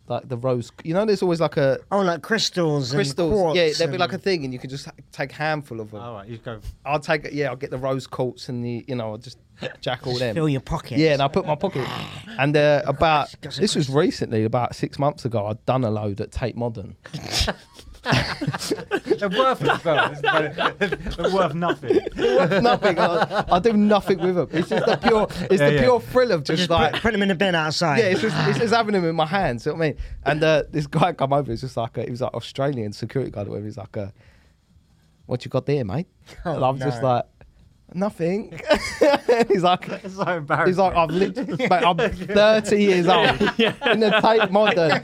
Speaker 4: like the rose. You know, there's always like a
Speaker 7: oh, like crystals, and
Speaker 4: crystals.
Speaker 7: quartz
Speaker 4: Yeah, there'd be like a
Speaker 7: and- Oh.
Speaker 4: thing, and you can just ha- take a handful of them. All
Speaker 6: right, you go.
Speaker 4: I'll take it. Yeah, I'll get the rose quartz and the you know I'll just jack all
Speaker 7: Just
Speaker 4: them.
Speaker 7: fill your pockets. Oh,
Speaker 4: Yeah, and I put my pocket. And uh, about this was recently, about six months ago, I'd done a load at Tate Modern.
Speaker 6: They're worth it as well. They're worth nothing.
Speaker 4: nothing. I, I do nothing with them. It's just the pure. It's
Speaker 6: Yeah,
Speaker 4: the
Speaker 6: yeah.
Speaker 4: pure thrill of
Speaker 7: Or
Speaker 4: just,
Speaker 7: just
Speaker 4: like
Speaker 7: put, put them in a bin outside.
Speaker 4: yeah, it's just, it's just having them in my hands. You know what I mean? And uh, this guy come over. It's just like a, he was like Australian security guard. Or whatever. He's like, uh, "What you got there, mate?" and I'm just
Speaker 6: Oh, no.
Speaker 4: like, "Nothing." he's like,
Speaker 6: "It's so embarrassing."
Speaker 4: He's like, "Oh, "I've lit- mate, I'm 30 years old in the tape modern,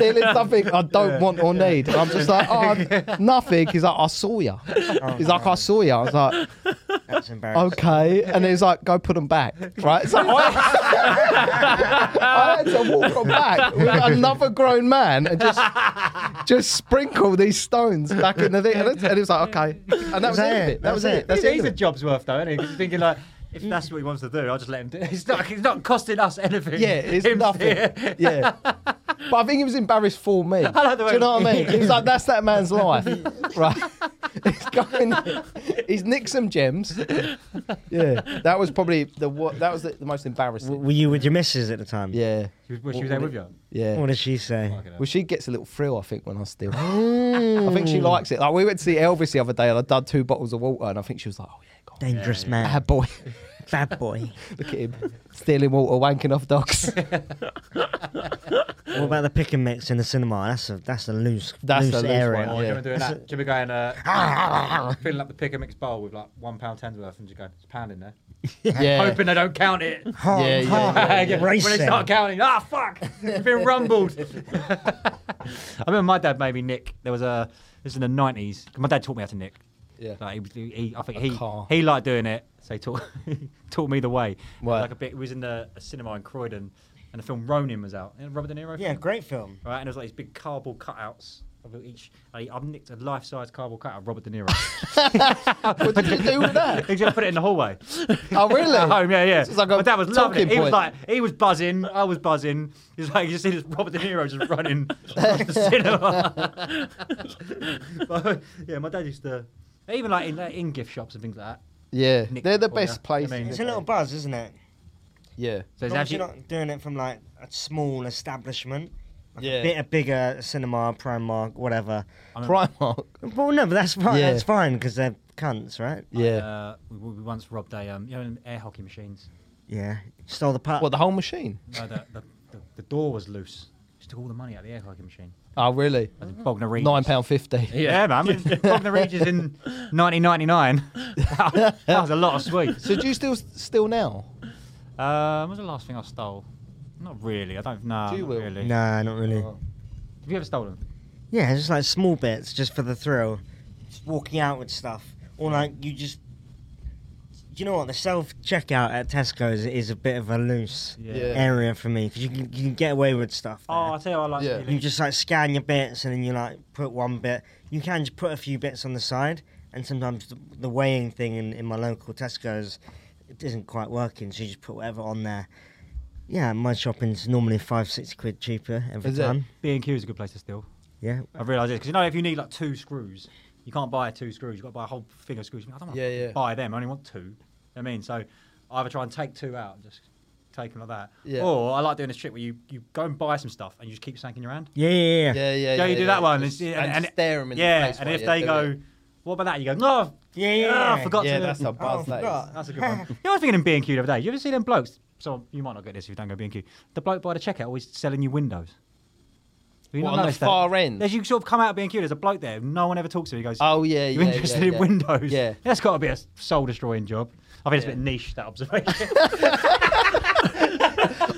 Speaker 4: stealing something I don't want or need." And I'm just like, "Oh, nothing." He's like, "I saw you." he's like, "I saw you." I was like.
Speaker 7: That's embarrassing.
Speaker 4: Okay, and he's like, "Go put them back, right?" So I, I had to walk them back with another grown man and just just sprinkle these stones back in the thing. And it, and it was like, "Okay," and that was, it. That, was it. That's
Speaker 6: It
Speaker 4: it.
Speaker 6: is a job's worth though, isn't it? 'Cause you're thinking like. If that's what he wants to do, I'll just let him do it. It's not, it's not costing us anything.
Speaker 4: Yeah, it's
Speaker 6: Him-
Speaker 4: nothing. Yeah, but I think he was embarrassed for me.
Speaker 6: I like the way-
Speaker 4: Do you know what I mean? He was like, "That's that man's life, right?" He's going, he's nicked some gems. Yeah, that was probably the wor- that was the, the most embarrassing.
Speaker 7: Were you with your missus at the time?
Speaker 4: Yeah.
Speaker 6: Was she there with you?
Speaker 4: Yeah.
Speaker 7: What did she say?
Speaker 4: Well, she gets a little thrill, I think, when I steal. I think she likes it. Like we went to see Elvis the other day, and I done two bottles of water, and I think she was like, "Oh yeah, God.
Speaker 7: Dangerous man.
Speaker 4: bad boy,
Speaker 7: bad boy."
Speaker 4: Look at him stealing water, wanking off dogs."
Speaker 7: What about the pick and mix in the cinema? That's a that's a loose
Speaker 4: That's
Speaker 7: loose,
Speaker 4: a loose
Speaker 7: area.
Speaker 6: Oh, do you remember doing that? Do you remember going, uh, filling up the pick and mix bowl with like one pound ten's worth and just going, it's a pound in there.
Speaker 4: Yeah.
Speaker 6: Hoping they don't count it.
Speaker 7: Hard- Yeah, yeah, hard yeah.
Speaker 6: When
Speaker 7: racing.
Speaker 6: they start counting, ah, fuck, I've been rumbled. I remember my dad made me nick. There was a this is in the nineties. My dad taught me how to nick.
Speaker 4: Yeah.
Speaker 6: Like he, was- he I think
Speaker 4: A
Speaker 6: he
Speaker 4: car.
Speaker 6: he liked doing it, so he taught taught me the way. Like a bit. It was in the a cinema in Croydon, and the film Ronin was out. You know Robert De Niro.
Speaker 7: Yeah, great film.
Speaker 6: Right, and it was like these big cardboard cutouts. of Each, I, I've nicked a life-size cardboard cutout of Robert De Niro.
Speaker 4: what did you do with that?
Speaker 6: He just put it in the hallway.
Speaker 4: Oh, really?
Speaker 6: At home, yeah, yeah.
Speaker 4: It's like a
Speaker 6: My dad was loving it.
Speaker 4: talking
Speaker 6: He was
Speaker 4: point.
Speaker 6: like, he was buzzing. I was buzzing. He was like, you see this Robert De Niro just running across the cinema. But, yeah, my dad used to, even like in, like, in gift shops and things like that.
Speaker 4: Yeah,
Speaker 6: Nick
Speaker 4: they're the
Speaker 6: Corner.
Speaker 4: best places.
Speaker 6: I mean-
Speaker 7: It's a little buzz, isn't it?
Speaker 4: yeah.
Speaker 6: So it's
Speaker 7: As long as
Speaker 6: actually,
Speaker 7: you're not doing it from like a small establishment, like
Speaker 4: Yeah.
Speaker 7: a bit a bigger cinema, Primark, whatever.
Speaker 4: Primark.
Speaker 7: Well, no, but that's fine.
Speaker 6: Yeah.
Speaker 7: That's fine because they're cunts, right?
Speaker 6: Uh, we, we once robbed a, um, you know, air hockey machines.
Speaker 7: Yeah. Stole the
Speaker 6: Uh,
Speaker 7: puck.
Speaker 4: What the whole machine?
Speaker 6: No, the, the, the, the door was loose. Just took all the money out of the air hockey machine.
Speaker 4: Oh, really?
Speaker 6: Bognor Regis.
Speaker 4: Nine pound fifty.
Speaker 6: Yeah, man. Bognor Regis in 1999. that was a lot of sweets.
Speaker 4: So do you still still now?
Speaker 6: Um, what was the last thing I stole? Not really. I don't know.
Speaker 4: Do you,
Speaker 6: not
Speaker 4: Will?
Speaker 6: really.
Speaker 7: Nah, not really.
Speaker 6: Oh. Have you ever stolen?
Speaker 7: Yeah, just like small bits, just for the thrill. Just walking out with stuff, or like you just. You know what? The self checkout at Tesco's is a bit of a loose
Speaker 6: Yeah.
Speaker 4: Yeah.
Speaker 7: area for me because you can you can get away with stuff.
Speaker 6: Oh, I tell you, what I like.
Speaker 4: Yeah.
Speaker 6: stealing.
Speaker 7: You just like scan your bits and then you like put one bit. You can just put a few bits on the side, and sometimes the, the weighing thing in, in my local Tesco's it isn't quite working, so you just put whatever on there. Yeah, my shopping's normally five six quid cheaper every
Speaker 6: Is it?
Speaker 7: time.
Speaker 6: B&Q is a good place to steal.
Speaker 7: Yeah,
Speaker 6: I've realised it because you know if you need like two screws, you can't buy two screws. You've got to buy a whole thing of screws. I don't want to
Speaker 4: Yeah, yeah.
Speaker 6: buy them. I only want two. You know what I mean, so I either try and take two out and just take them like that.
Speaker 4: Yeah.
Speaker 6: Or I like doing this trick where you, you go and buy some stuff and you just keep sanking your hand.
Speaker 7: Yeah, yeah, yeah.
Speaker 4: Yeah, yeah,
Speaker 6: Yeah, you
Speaker 4: yeah,
Speaker 6: do
Speaker 4: yeah.
Speaker 6: that one.
Speaker 4: Just-
Speaker 6: and,
Speaker 4: and stare 'em in the
Speaker 6: yeah,
Speaker 4: face
Speaker 6: and
Speaker 4: while
Speaker 6: if
Speaker 4: you
Speaker 6: they
Speaker 4: do
Speaker 6: go,
Speaker 4: it.
Speaker 6: what about that? You go, no,
Speaker 7: yeah,
Speaker 6: yeah, I forgot.
Speaker 4: Yeah,
Speaker 6: to Oh,
Speaker 4: that's a buzz,
Speaker 6: that
Speaker 4: that is.
Speaker 6: is. That's a good one. you know, I was thinking in B and Q the other day. You ever see them blokes? So you might not get this if you don't go B and Q. The bloke by the checkout always selling you windows. Have you
Speaker 4: What,
Speaker 6: not
Speaker 4: on the
Speaker 6: noticed
Speaker 4: far
Speaker 6: that?
Speaker 4: end?
Speaker 6: As you sort of come out of B and Q, there's a bloke there. who No one ever talks to. He goes,
Speaker 4: Oh, yeah,
Speaker 6: You're
Speaker 4: yeah,
Speaker 6: interested
Speaker 4: yeah,
Speaker 6: in
Speaker 4: yeah.
Speaker 6: windows?
Speaker 4: Yeah.
Speaker 6: That's got to be a soul destroying job. I think it's a bit niche that observation.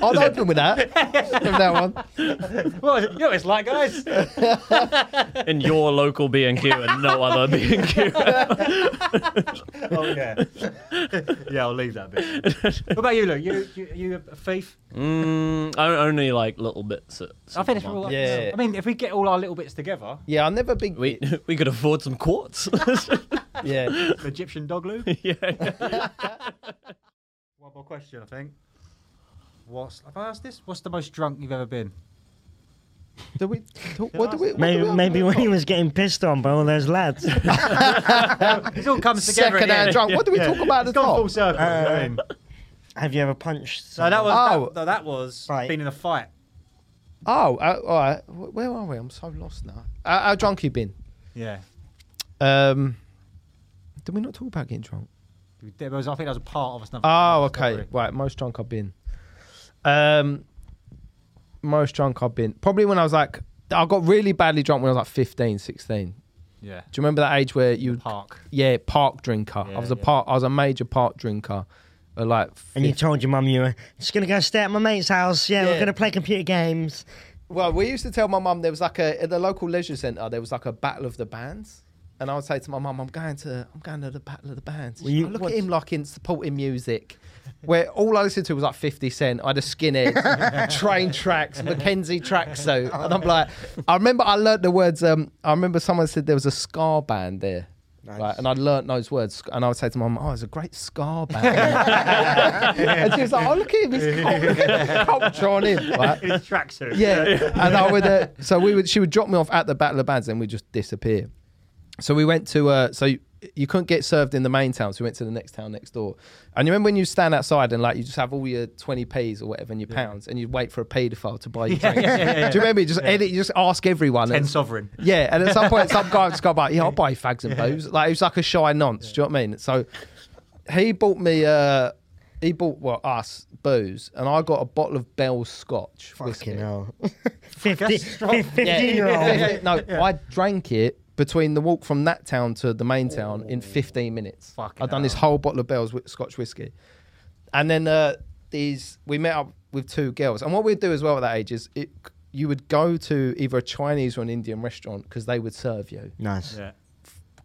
Speaker 4: I'd open with that. with that one.
Speaker 6: well, you know what it's like, guys.
Speaker 2: in your local B and Q and no other B and Q.
Speaker 6: oh yeah. yeah, I'll leave that bit. what about you, Luke? You you, you a thief?
Speaker 2: Mm, o- only like little bits. At
Speaker 6: I think it's all.
Speaker 2: supermarkets.
Speaker 6: I mean, if we get all our little bits together,
Speaker 4: Yeah, I'm never big.
Speaker 2: We we could afford some quartz.
Speaker 4: yeah.
Speaker 6: Egyptian dog loo.
Speaker 2: yeah.
Speaker 6: One more question, I think. What's have I asked this? What's the most drunk you've ever been?
Speaker 4: Do we? What do we? What
Speaker 7: Maybe,
Speaker 4: do we
Speaker 7: maybe when he was getting pissed on by all those lads.
Speaker 6: it all comes together. at the
Speaker 4: Secondhand
Speaker 6: end.
Speaker 4: drunk. What do we
Speaker 6: Yeah.
Speaker 4: talk about at
Speaker 6: It's
Speaker 4: the
Speaker 6: gone
Speaker 4: top?
Speaker 6: full circle. you know what I mean?
Speaker 7: Have you ever punched?
Speaker 6: No, that was
Speaker 4: Oh.
Speaker 6: that, no, that was
Speaker 7: Right.
Speaker 6: being in a fight.
Speaker 4: Oh, uh, all right. Wh- Where are we? I'm so lost now. How, how drunk you been?
Speaker 6: Yeah.
Speaker 4: Um, did we not talk about getting drunk?
Speaker 6: There was, I think that was a part of us. not-
Speaker 4: Oh, okay. Right, most drunk I've been. Um, most drunk I've been probably when I was like I got really badly drunk when I was like 15, 16.
Speaker 6: Yeah.
Speaker 4: Do you remember that age where you
Speaker 6: park?
Speaker 4: Yeah, park drinker. I
Speaker 6: Yeah,
Speaker 4: was a
Speaker 6: yeah.
Speaker 4: park. I was a major park drinker. At like,
Speaker 7: And you
Speaker 4: fif-
Speaker 7: told your mum you were just gonna go stay at my mate's house. Yeah, we're
Speaker 4: Yeah.
Speaker 7: gonna play computer games.
Speaker 4: well, we used to tell my mum there was like a at the local leisure centre there was like a battle of the bands. And I would say to my mum, "I'm going to, I'm going to the Battle of the Bands."
Speaker 7: Were you-
Speaker 4: I look
Speaker 7: what-
Speaker 4: at him like in supporting music, where all I listened to was like Fifty Cent. I had a skinhead, train tracks, Mackenzie tracksuit, and I'm like, I remember I learnt the words. Um, I remember someone said there was a ska band there,
Speaker 7: Nice.
Speaker 4: right? And I learnt those words, and I would say to my mum, "Oh, it's a great ska band," and she was like, "Oh, look at him, he's cult- look at the culture on him." Right?
Speaker 6: His tracksuit.
Speaker 4: Yeah, and I would. Uh, so we would. She would drop me off at the Battle of Bands, and we would just disappear. So we went to. Uh, so you, you couldn't get served in the main town, so we went to the next town next door. And you remember when you stand outside and like you just have all your twenty p's or whatever in your pounds, and you wait for a paedophile to buy you drinks.
Speaker 6: yeah, yeah, yeah.
Speaker 4: Do you remember? You just edit. You just ask everyone.
Speaker 6: Ten
Speaker 4: and-
Speaker 6: sovereign.
Speaker 4: yeah, and at some point, some guy just got like, "Yeah, I'll buy you fags and booze." Like it was like a shy nonce. Do you know what I mean? So he bought me, uh he bought well us booze, and I got a bottle of Bell's Scotch. whiskey.
Speaker 7: Fucking hell. 50,
Speaker 6: strong.
Speaker 7: 15
Speaker 4: Yeah.
Speaker 7: year old.
Speaker 4: no, I drank it between the walk from that town to the main town in 15 minutes.
Speaker 6: Oh, Fucking
Speaker 4: I'd done this
Speaker 6: hell.
Speaker 4: whole bottle of Bell's with Scotch whiskey. And then uh, these, we met up with two girls. And what we'd do as well at that age is it, you would go to either a Chinese or an Indian restaurant because they would serve you.
Speaker 7: Nice.
Speaker 6: Yeah.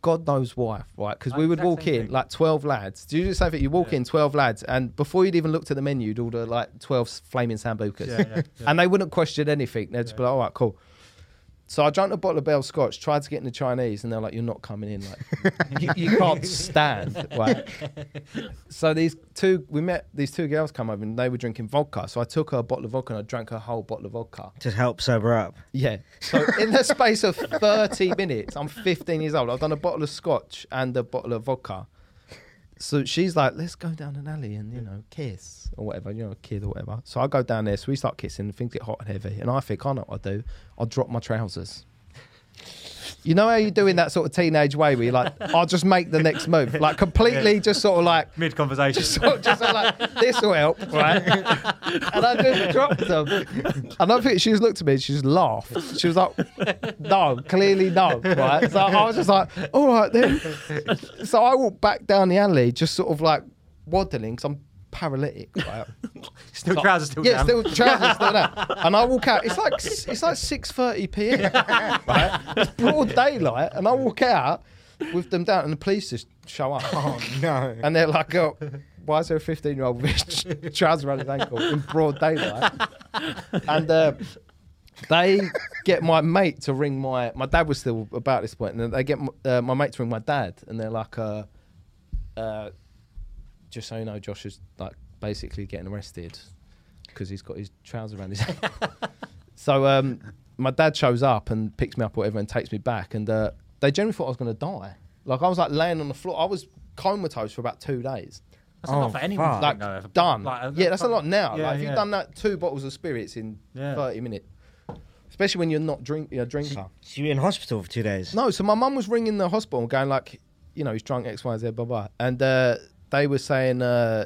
Speaker 4: God knows why, right? Because we would
Speaker 6: Exact
Speaker 4: walk
Speaker 6: same
Speaker 4: in
Speaker 6: thing.
Speaker 4: like twelve lads. Do you just say that you walk in twelve lads, and before you'd even looked at the menu, you'd order like twelve s- flaming sambucas,
Speaker 6: Yeah, yeah, yeah.
Speaker 4: and they wouldn't question anything. They'd just be like, "All right, cool." So I drank a bottle of Bell Scotch, tried to get in the Chinese, and they're like, "You're not coming in. Like, you, you can't stand." Right? So these two, we met these two girls come over, and they were drinking vodka. So I took her a bottle of vodka and I drank her whole bottle of vodka.
Speaker 7: Just help sober up.
Speaker 4: Yeah. So in the space of 30 minutes, I'm 15 years old. I've done a bottle of scotch and a bottle of vodka. So she's like, let's go down an alley and, you know, kiss or whatever, you know, a kid or whatever. So I go down there. So we start kissing. Things get hot and heavy. And I think, I know what I do. I'll drop my trousers. You know how you do in that sort of teenage way where you're like, I'll just make the next move. Like completely just sort of like
Speaker 6: Mid conversation.
Speaker 4: sort of just sort of like, this will help, right? and I just dropped them. And I think she just looked at me and she just laughed. She was like, no, clearly no, right? So I was just like, all right then. So I walked back down the alley, just sort of like waddling, because I'm paralytic, right?
Speaker 6: still
Speaker 4: So-
Speaker 6: trousers still
Speaker 4: yeah,
Speaker 6: down.
Speaker 4: still trousers still down. And I walk out. It's like it's like six thirty p.m. Right? It's broad daylight, and I walk out with them down, and the police just show up.
Speaker 7: Oh, no.
Speaker 4: And they're like, oh, why is there a 15 year old with his trouser around his ankle in broad daylight? And uh, they get my mate to ring my. My dad was still about this point, and then they get m- uh, my mate to ring my dad, and they're like, uh, uh, just so you know, Josh is like basically getting arrested because he's got his trousers around his ankle. so um, my dad shows up and picks me up or whatever and takes me back. And uh, they generally thought I was going to die. Like I was like laying on the floor. I was comatose for about two days.
Speaker 6: That's
Speaker 7: Oh,
Speaker 6: a lot for anyone to
Speaker 4: Like,
Speaker 6: drink, though, if-
Speaker 4: done.
Speaker 6: like, a-
Speaker 4: yeah, that's a lot now.
Speaker 6: Yeah,
Speaker 4: like, if
Speaker 6: yeah.
Speaker 4: you've done that two bottles of spirits in
Speaker 6: Yeah.
Speaker 4: 30 minutes, especially when you're not drink, you're a drinker.
Speaker 7: So you were in hospital for two days.
Speaker 4: No, so my mum was ringing the hospital going like, you know, he's drunk X, Y, Z, blah, blah. And uh, they were saying, uh,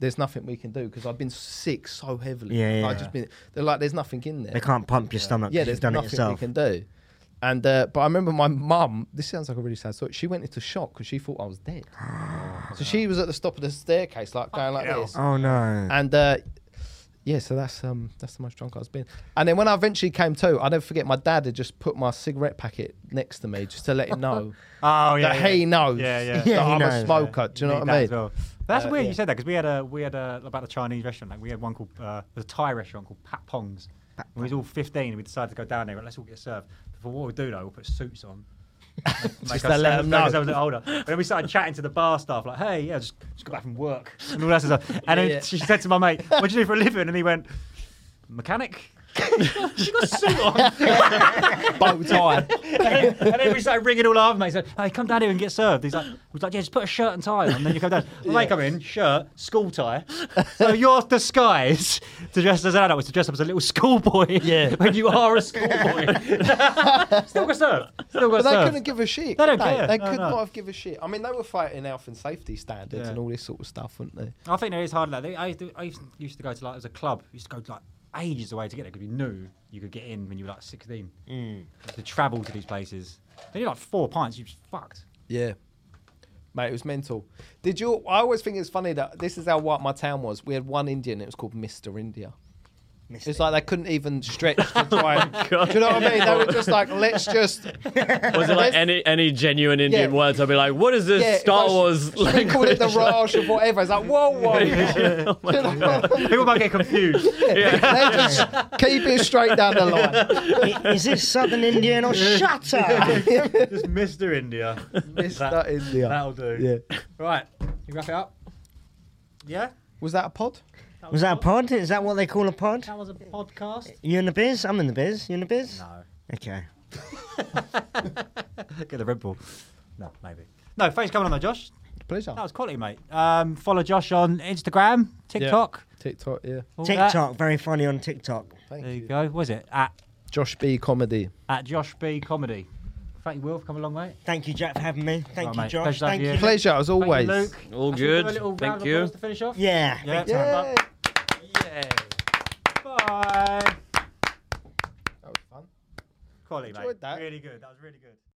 Speaker 4: there's nothing we can do because I've been sick so heavily.
Speaker 7: Yeah, yeah,
Speaker 4: I've
Speaker 7: yeah.
Speaker 4: just been, they're like, there's nothing in there.
Speaker 7: They can't pump your stomach
Speaker 4: Yeah,
Speaker 7: 'cause
Speaker 4: there's
Speaker 7: you've done it
Speaker 4: nothing
Speaker 7: yourself.
Speaker 4: we can do. And uh, but I remember my mum. This sounds like a really sad story. She went into shock because she thought I was dead.
Speaker 6: Oh,
Speaker 4: so she was at the top of the staircase, like going like this.
Speaker 7: Oh no.
Speaker 4: And uh, yeah, so that's um that's the most drunk I've been. And then when I eventually came to, I never forget my dad had just put my cigarette packet next to me just to let him know.
Speaker 6: Oh, yeah,
Speaker 4: that
Speaker 6: yeah.
Speaker 4: he knows.
Speaker 6: Yeah, yeah.
Speaker 4: that
Speaker 6: Yeah, he
Speaker 4: I'm a
Speaker 6: knows.
Speaker 4: smoker. Do you know
Speaker 6: Need
Speaker 4: what
Speaker 6: that
Speaker 4: I
Speaker 6: as
Speaker 4: mean?
Speaker 6: well. That's
Speaker 4: Uh,
Speaker 6: weird
Speaker 4: yeah.
Speaker 6: you said that because we had a we had a about the Chinese restaurant. Like we had one called uh, there's a Thai restaurant called Pat Pong's. When we was all 15, and we decided to go down there. But let's all get served. Before what we do though, we'll put suits on.
Speaker 4: Just to let 'em know.
Speaker 6: Because I was older. And then we started chatting to the bar staff, like, "Hey, yeah, just, just got back from work and all that sort of stuff." And
Speaker 4: Yeah,
Speaker 6: then
Speaker 4: yeah.
Speaker 6: she said to my mate, "What do you do for a living?" And he went, "Mechanic." she got a suit on,
Speaker 4: bow tie.
Speaker 6: and then we started ringing all our mates. Said, "Hey, come down here and get served." He's like, "We was like, yeah, just put a shirt and tie on." And then you come down. Well, They come in, shirt, school tie. So your disguise to dress as an adult was to dress up as a little schoolboy. Yeah, when you are a schoolboy. Still got served. Still
Speaker 4: but
Speaker 6: got
Speaker 4: they
Speaker 6: served.
Speaker 4: couldn't give a shit.
Speaker 6: They
Speaker 4: They,
Speaker 6: don't
Speaker 4: could they?
Speaker 6: care.
Speaker 4: They
Speaker 6: No,
Speaker 4: could
Speaker 6: no.
Speaker 4: not have give a shit. I mean, they were fighting health and safety standards
Speaker 6: Yeah.
Speaker 4: and all this sort of stuff, weren't they?
Speaker 6: I think there is hard. Like, they- I, used to, I used to- used to go to like as a club. Used to go like ages away to get there because we knew you could get in when you were like 16.
Speaker 4: Mm.
Speaker 6: To travel to these places, then you're like four pints. You just fucked.
Speaker 4: Yeah. Mate, it was mental. Did you? I always think it's funny that this is how white my town was. We had one Indian. It was called Mister India. It's like they couldn't even stretch to try. and, do you know what I mean? They were just like, let's just.
Speaker 2: Was it like any any genuine Indian
Speaker 4: Yeah.
Speaker 2: words? I'd be like, what is this
Speaker 4: Yeah,
Speaker 2: Star
Speaker 4: like,
Speaker 2: Wars
Speaker 4: should we call it the
Speaker 2: language?
Speaker 4: Raj or whatever? It's like, whoa, whoa.
Speaker 2: Yeah.
Speaker 6: People might get confused.
Speaker 4: They just keep it straight down the line.
Speaker 7: Is this Southern Indian or shut up?
Speaker 6: Just Mr. India.
Speaker 4: Mr. India.
Speaker 6: That'll do. Yeah. Right. You wrap it up? Yeah?
Speaker 4: Was that a pod?
Speaker 7: Was that a pod? Is that what they call a pod?
Speaker 6: That was a podcast.
Speaker 7: You in the biz? I'm in the biz. You in the biz?
Speaker 6: No.
Speaker 7: Okay.
Speaker 6: Get the Red Bull. No, maybe. No, thanks for coming on though, Josh.
Speaker 4: Pleasure.
Speaker 6: That was quality, mate. Um, follow Josh on Instagram, TikTok.
Speaker 4: TikTok, yeah.
Speaker 6: All that.
Speaker 7: TikTok, very funny on TikTok.
Speaker 6: There you go. Was it? At
Speaker 4: Josh B comedy.
Speaker 6: at Josh B Comedy. Thank you, Will, for coming along, mate.
Speaker 7: Thank you, Jack, for having me. Thank
Speaker 6: Right,
Speaker 7: you,
Speaker 6: mate. Pleasure
Speaker 7: Josh.
Speaker 6: to have
Speaker 7: Thank
Speaker 6: you.
Speaker 7: you.
Speaker 4: Pleasure, as
Speaker 6: Thank you,
Speaker 4: always.
Speaker 6: Luke.
Speaker 2: All
Speaker 6: I shall give a
Speaker 2: good.
Speaker 6: little round
Speaker 2: Thank
Speaker 6: of
Speaker 2: you.
Speaker 6: applause To finish off.
Speaker 7: Yeah.
Speaker 6: Yeah.
Speaker 7: Big time.
Speaker 6: Bye.
Speaker 4: That was fun.
Speaker 6: Quality,
Speaker 4: Enjoyed
Speaker 6: mate.
Speaker 4: that.
Speaker 6: Really good. That was really good.